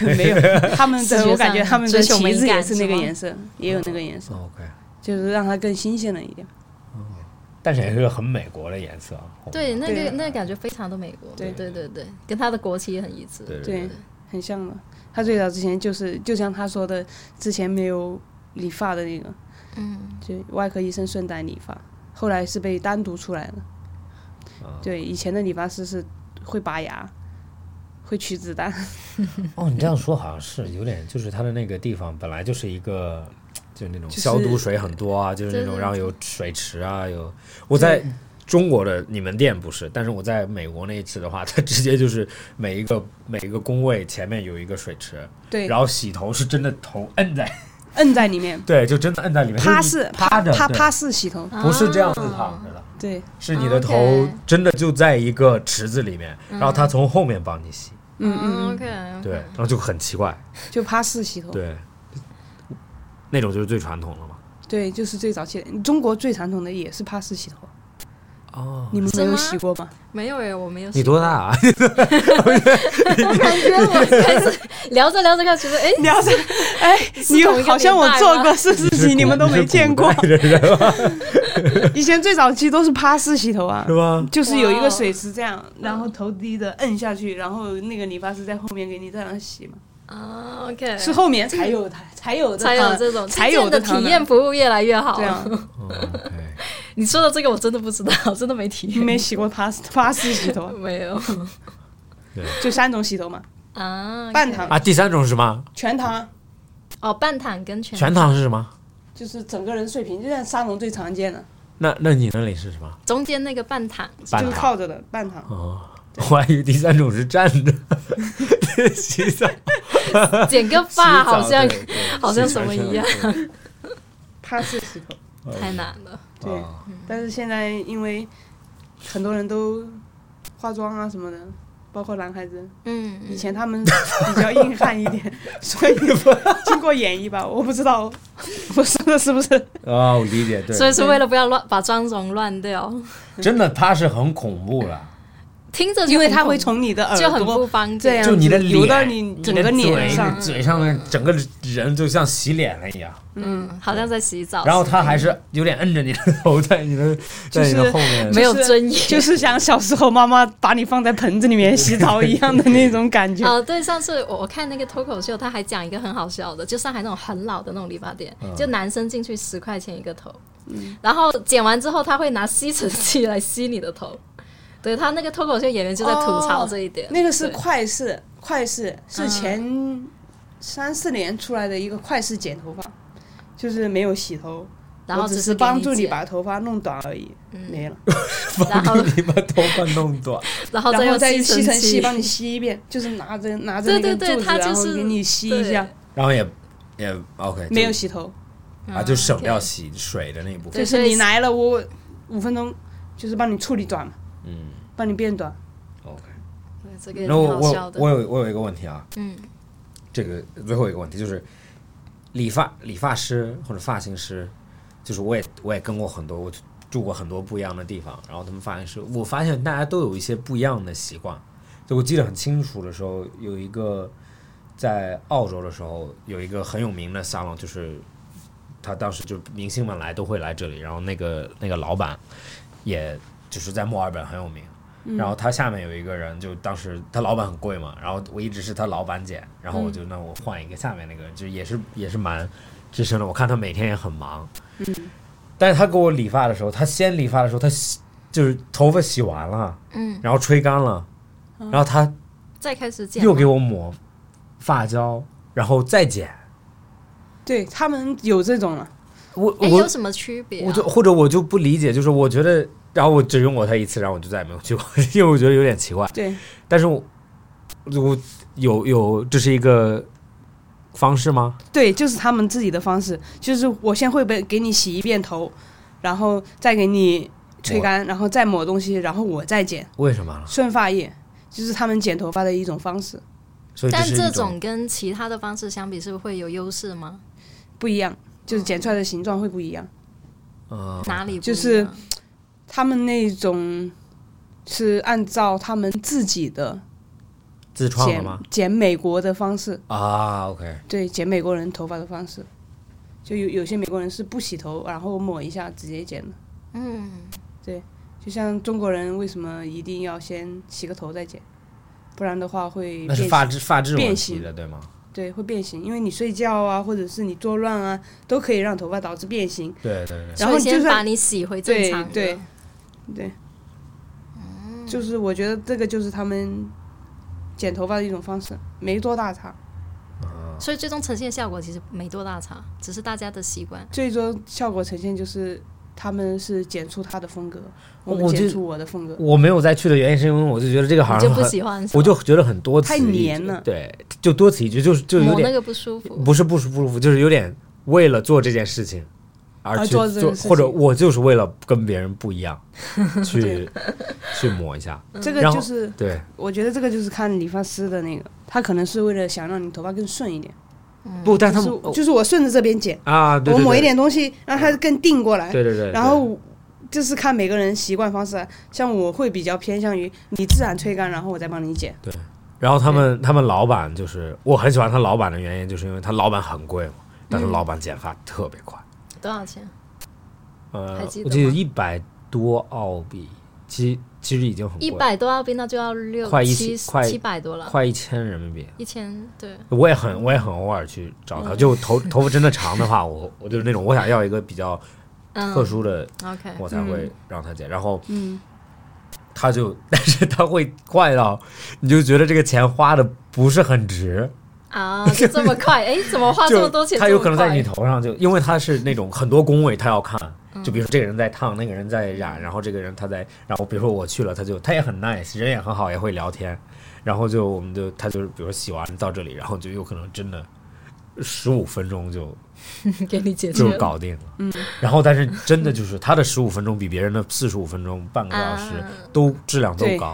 没有他们
视觉
的，
上
我感觉他们的
追求
旗
美
子
感
也是那
是
个
吗
颜色，也有那个颜色，
哦 OK，
嗯
就是让它更新鲜了一点。
但是也是个很美国的颜色啊。红
对，那
对
个那个感觉非常的美国，
对
对对对，跟它的国旗也很一致，
对
对，很像的。他最早之前就是，就像他说的，之前没有理发的那个，
嗯
就外科医生顺带理发，后来是被单独出来的。
啊
对，以前的理发师是会拔牙，会取子弹，
哦，你这样说好像是有点，就是它的那个地方本来就是一个，就是那种
就是
消毒水很多啊，就是那
对
种
对
然后有水池啊，有我在。中国的你们店不是，但是我在美国那一次的话，它直接就是每一个每一个工位前面有一个水池，
对
然，后洗头是真的头摁在，
摁在里 面，
对，
对
就真的摁在里面，
趴
就是
式
你趴着，
趴
对
趴啊式洗头，
不是这样子躺着的，
对，
是你的头
OK
真的就在一个池子里面，然后他从后面帮你洗，
嗯嗯嗯，
，OK，
对，然后就很奇怪，
就趴式洗头，
对，那种就是最传统了嘛。
对，就是最早期的。中国最传统的也是趴式洗头，
哦，
你们没
什
有
么
洗过吗？
没有哎，我没有，
你多？大 啊？
感觉我开始聊着聊着开始觉得，哎，
聊着，哎，你
同一个
好像我
年代
做
吗
过四十集，你们都没见过。
的人
以前最早期都是趴式洗 头啊
是，吧？哦
就是有一个水池这样，然后头低着摁下去，然后那个理发师在后面给你这样洗嘛，
啊，OK，
是后面才有的，才有的，呃
才有这种
才
渐
有
渐的
这堂
体
的
验服务越来越好
这。样。
你说的这个我真的不知道，真的没体
你
验，
没洗过趴趴式洗头啊，
没有
就三种洗头 嘛，
啊，
半躺、
啊，第三种是什么？
全躺，
哦，半躺跟全
全躺是什么？
就是整个人睡平，就像沙龙最常见的，
那那你那里是什么？
中间那个半躺，
半
就
躺。
是靠着的半躺。
哦， 我还以为第三种是站 着洗澡，
剪个发好像
洗澡对对
好像
洗
什么
全身
一样
对
趴式洗头，
太难了。
对
哦
但是现在因为很多人都化妆啊什么的，包括男孩子，
嗯，
以前他们 比较硬汉一 点，所以经过演绎吧，我不知道 我说的是不是
啊，我理解，对，
所以是为了不要乱把妆容乱掉，
真的他是很恐怖了。
听着就
因为
很
它
恐
会从你的
就很
耳
不
朵啊
方便。
这样
就你的
子
脸
流哎到你整个
你的
脸上，
嘴嘴上面整个人就像洗脸了一样，
嗯，好像在洗
哦
澡，
然后他还是有点摁着你的头，在你的在你的后面，
没有
就是
尊严。
就是像小时候妈妈把你放在盆子里面洗澡一样的那种感觉。
哦，对，上次我我看那个脱口秀，他还讲一个很好笑的，就上海那种很老的那种理发店，
嗯
就男生进去十块钱一个头，
嗯
然后剪完之后他会拿吸尘器来吸你的头，对他那个脱口秀演员就在吐槽这一点，
哦那个是
对
快式，快式是前三四年出来的一个快式剪头发，就是没有洗头，
然后
我只
是
是帮助
你
你
剪，嗯
把头发弄短而已，没了。
然 后
你把头发弄短，
然后
然后再
再
用
用
吸尘
尘
器帮你吸一遍， 就是拿着拿着
对
那个
对对
柱子，
它就
然后
是
给你吸一
对
下，
然后也也 OK，就
没有洗头，
嗯
啊，就省掉洗水的那一部分
对
就
所
是
以
你来了我五分钟，就是帮你处理短嘛，
嗯
帮你变短。
，OK。
对这个也
然后
挺
我
好笑
我
的，
我有我有一个问题啊，
嗯，
这个最后一个问题就是，理发理发师或者发型师，就是我也我也跟过很多，我住过很多不一样的地方，然后他们发型师，我发现大家都有一些不一样的习惯，就我记得很清楚的时候，有一个在澳洲的时候，有一个很有名的沙龙，就是他当时就明星们来都会来这里，然后那个那个老板，也就是在墨尔本很有名。
嗯
然后他下面有一个人，就当时他老板很贵嘛，然后我一直是他老板姐，然后我就那我换一个下面那个，就也是也是蛮资深的，我看他每天也很忙。
嗯
但是他给我理发的时候，他先理发的时候，他洗就是头发洗完了，
嗯，哦
然后吹干了，然后他
再开始剪吗，
又给我抹发胶，然后再剪。
对他们有这种了，
我
哎，有
我
什么区别、啊？
我就或者我就不理解，就是我觉得，然后我只用过他一次，然后我就再也没有去过， 因为我觉得有点奇怪。
对，
但是我我有有这是一个方式吗？
对，就是他们自己的方式，就是我先会被给你洗一遍头，然后再给你吹干，然后再抹东西，然后我再剪
为什么呢？
顺发液，就是他们剪头发的一种方式，
所以
但
是
这
一种
种跟其他的方式相比，是会有优势吗？
不一样，就是剪出来的形状会不一样。
嗯
哪里不
就
一
是
样
他们那种是按照他们自己的
自创的
剪
吗？
剪美国的方式，
啊，OK，
对，剪美国人头发的方式。就有有些美国人是不洗头，然后抹一下直接剪的，
嗯，
就像中国人为什么一定要先洗个头再剪，不然的话会
那
变
是
形。
发质发质问
变
题
形
的对吗？
对，会变形，因为你睡觉啊，或者是你作乱啊，都可以让头发导致变形。
对对对，
然后
所以
就
先把
算
你洗回正
对
常的嗯
对对，就是我觉得这个就是他们剪头发的一种方式，没多大差，
所以最终呈现效果其实没多大差，只是大家的习惯。
最终效果呈现就是他们是剪出他的风格，我们
我
剪
就
出我的风格。
我没有再去的原因是因为我就觉得这个行
你就
像
不
很
喜欢，
我就觉得很多此
太
一举
黏了
对，就多此一举，就是就有
磨
点
那个不舒服。
不是不舒不舒服，就是有点为了做这件事情而
而
去
做这
做
个，事情
或者我就是为了跟别人不一 样去去抹一下，
这个
然后
就是
对，
我觉得这个就是看理发师的那个，他可能是为了想让你头发更顺一点，
不，但他
就
们
嗯是就是我顺着这边剪，
啊，对
我
对
抹一
对，
点东西让它更定过
哎
来，
对对对，
然后就是看每个人习惯方式啊，像我会比较偏向于你自然吹干，然后我再帮你剪。
然后他们他们老板就是我很喜欢他老板的原因，就是因为他老板很贵嘛，但是
嗯
老板剪发特别快，
多少钱？
呃
还，记得
我记得
吗
一百多澳币，其实其实已经很贵
一
了，
百多澳币，那就要六
快一
七
快
七百多了，
快一千人民币。
一千对。
我也很我也很偶尔去找他，就头头发真的长的话，我我就是那种我想要一个比较
嗯
特殊的，
，OK，
我才会让他剪。然后
嗯，
他就， 但是他会快到你就觉得这个钱花的不是很值，
啊，就这么 快？哎，怎么花这么
就
多钱？
他有可能
这
在
么快
你头上就，因为他是那种很多工位他要看，
嗯
就比如说这个人在烫，那个人在染，然后这个人他在，然后比如说我去了，他就他也很 nice，人也很好，也会聊天，然后就我们就他就是比如说洗完到这里，然后就有可能真的十五分钟就
给你解决
就
了
搞定了。嗯，然后但是真的就是他的十五分钟比别人的四十五分钟、半个小时
啊
都质量都
对
高。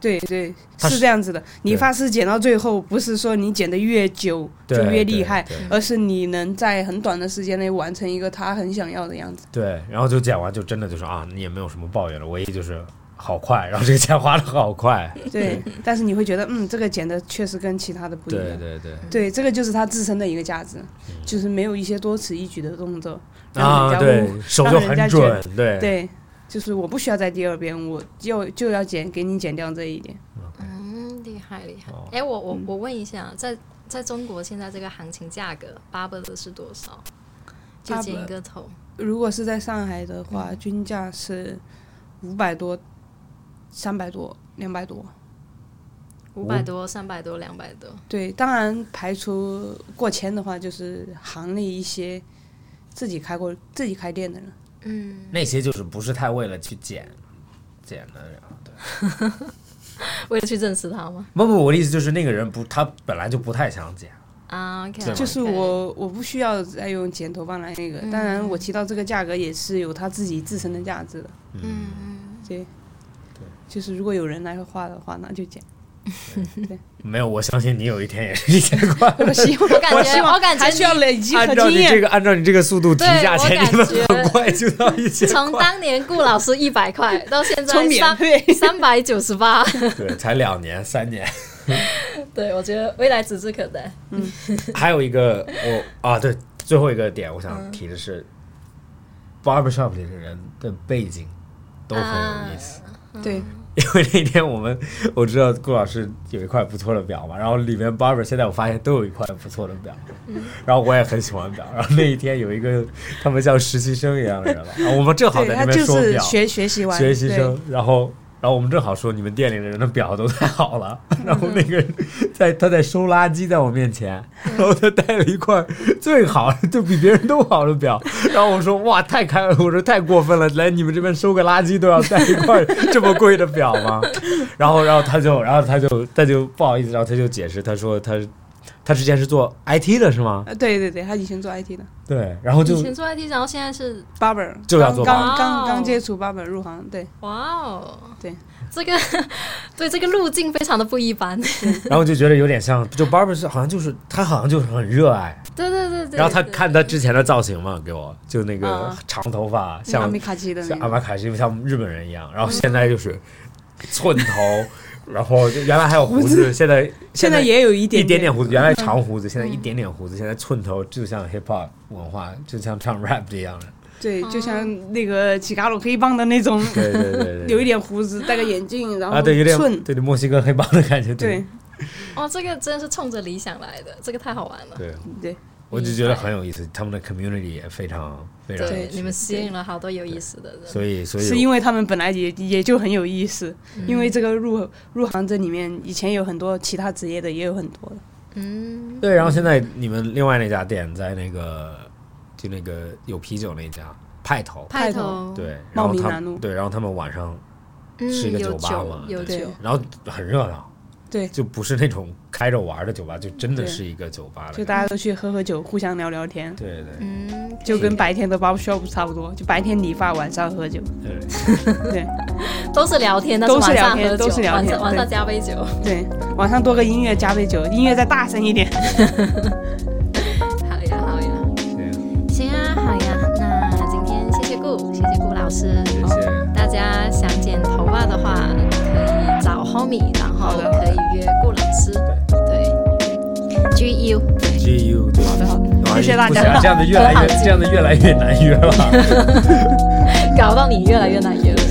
对对，
它
是
是
这样子的。理
对
发师剪到最后，不是说你剪的越久就
对
越厉害
对对，
而是你能在很短的时间内完成一个他很想要的样子。
对，然后就剪完就真的就是啊，你也没有什么抱怨了，唯一就是好快，然后这个钱花的好快。
对，但是你会觉得，嗯，这个剪的确实跟其他的不一样。
对嗯对对，
对这个就是它自身的一个价值，就是没有一些多此一举的动作，让
啊
人家
对
误，
手
让
就
人
很
家觉
准对
得，对，就是我不需要在第二遍，我就就要剪，给你剪掉这一点。
嗯，厉害厉
哦
害。哎，我我我问一下，在在中国现在这个行情价格，巴布的是多少？就剪一
barber
个头，
如果是在上海的话，均价是五百多、三百多、两百多。
五百多、三百多、两百多。
对，当然排除过千的话，就是行内一些自己开过、自己开店的人。
嗯，
那些就是不是太为了去剪剪的人。对，
为了去认识他吗？
不不，我的意思就是那个人不，他本来就不太想剪，
啊
对
，OK，
吧
就是我，我不需要再用剪头发来那个。
嗯
当然，我提到这个价格也是有它自己自身的价值的。
嗯嗯，
对，就是如果有人来花的话，那就剪。
没有，我相信你有一天也是一千块。
我希望，我
感觉
希
我
望
感觉
还需要累积
按
和
照
经
你这
验。
个，按照你这个速度提
对
价
我
钱，
感
你们
觉
很快就到一千
从
块。
当年顾老师一百块到现在
从免
三
费
三百九十八，
对，才两年、三年。
对我觉得未来指日可待。
还有一个我啊，对，最后一个点我想提的
嗯
是、b a r b e r s h o p 里的人的背景都很
啊
有意思。
嗯
对，
因为那天我们我知道顾老师有一块不错的表嘛，然后里面 barber 现在我发现都有一块不错的表，
嗯
然后我也很喜欢表。然后那一天有一个他们像实习生一样的人了，然后我们正好
对
在
他
那
就
边说
是
表，
学学习完，
学习生
对，，
然后然后我们正好说你们店里的人的表都太好了，然后那个人在他在收垃圾在我面前，然后他带了一块最好就比别人都好的表，然后我说哇太开，我说太过分了，来你们这边收个垃圾都要带一块 这么贵的表吗？然后然后他就然后他就他就不好意思，然后他就解释，他说他他之前是做 IT 的是吗？
呃对对对，他以前做 IT 的
对，然后就
以前做 IT，然后现在是
barber，
就要
刚
做
刚
barber
刚
哇哦
刚接触 barber 入行，对
哇哦，
对，
这个 对这个路径非常的不一般。
然后就觉得有点像，就 barber 是好像就是他好像就是很热爱。
对对对对。
然后他
对
看他之前的造型嘛，给我就那个
啊
长头发，
嗯阿
像
米卡基的
像
那
阿
个，
玛卡西像日本人一样，然后现在就是寸头， 然后就原来还有胡子，现在
现在
在
也有一
一
点嗯
点点胡子，原来长胡子，现在一点点胡子，现在寸头，就像 hip hop 文化，就像唱 rap 这样的。
对，就像那个奇卡鲁黑帮的那种，
对对对 对，
有一点胡子，戴个眼镜，然后
啊，对，有点
哦寸，
对对墨西哥黑帮的感觉，
对
哦，这个真的是冲着理想来的，这个太好玩了。
对，
对，
我就觉得很有意思，他们的 community 也非常非常有
对，你
趣，
们吸引了好多有意思的人。
所以所以
是因为他们本来也也就很有意思，
嗯
因为这个入入行这里面以前有很多其他职业的，也有很多的。
嗯，
对，然后现在你们另外那家店在那个就那个有啤酒那家派头，
派
派
头
头，
对，然
茂
后
名
他
南路
对，然后他们晚上
嗯，
是一个
有
酒吧嘛
有
对
酒，
然后很热闹，
对
就不是那种开着玩儿的酒吧，就真的
对
是一个酒吧了，
就大家都去喝喝酒，互相聊聊天，
对对
嗯，
就跟白天的 barber shop 差不多，就白天理发，晚上喝酒。
对，
对
都是聊天，但
都是
晚
聊
上
天
喝酒，
都是聊
晚
天
上晚上
对
加杯酒。
对，晚上多个音乐加杯酒，音乐再大声一点。
好呀，好呀，
对，
行啊，好呀。那今天谢谢顾，谢谢顾老师。
谢谢，
大家想剪头发的话，可以找 Homie，然后
好的
可以约顾老师。对，G U，
G U 对吧？
好的，
哇
谢谢大
不
家
行啊这样子越来
很好
越
记
这样子越来越难约了。
搞到你越来越难约了。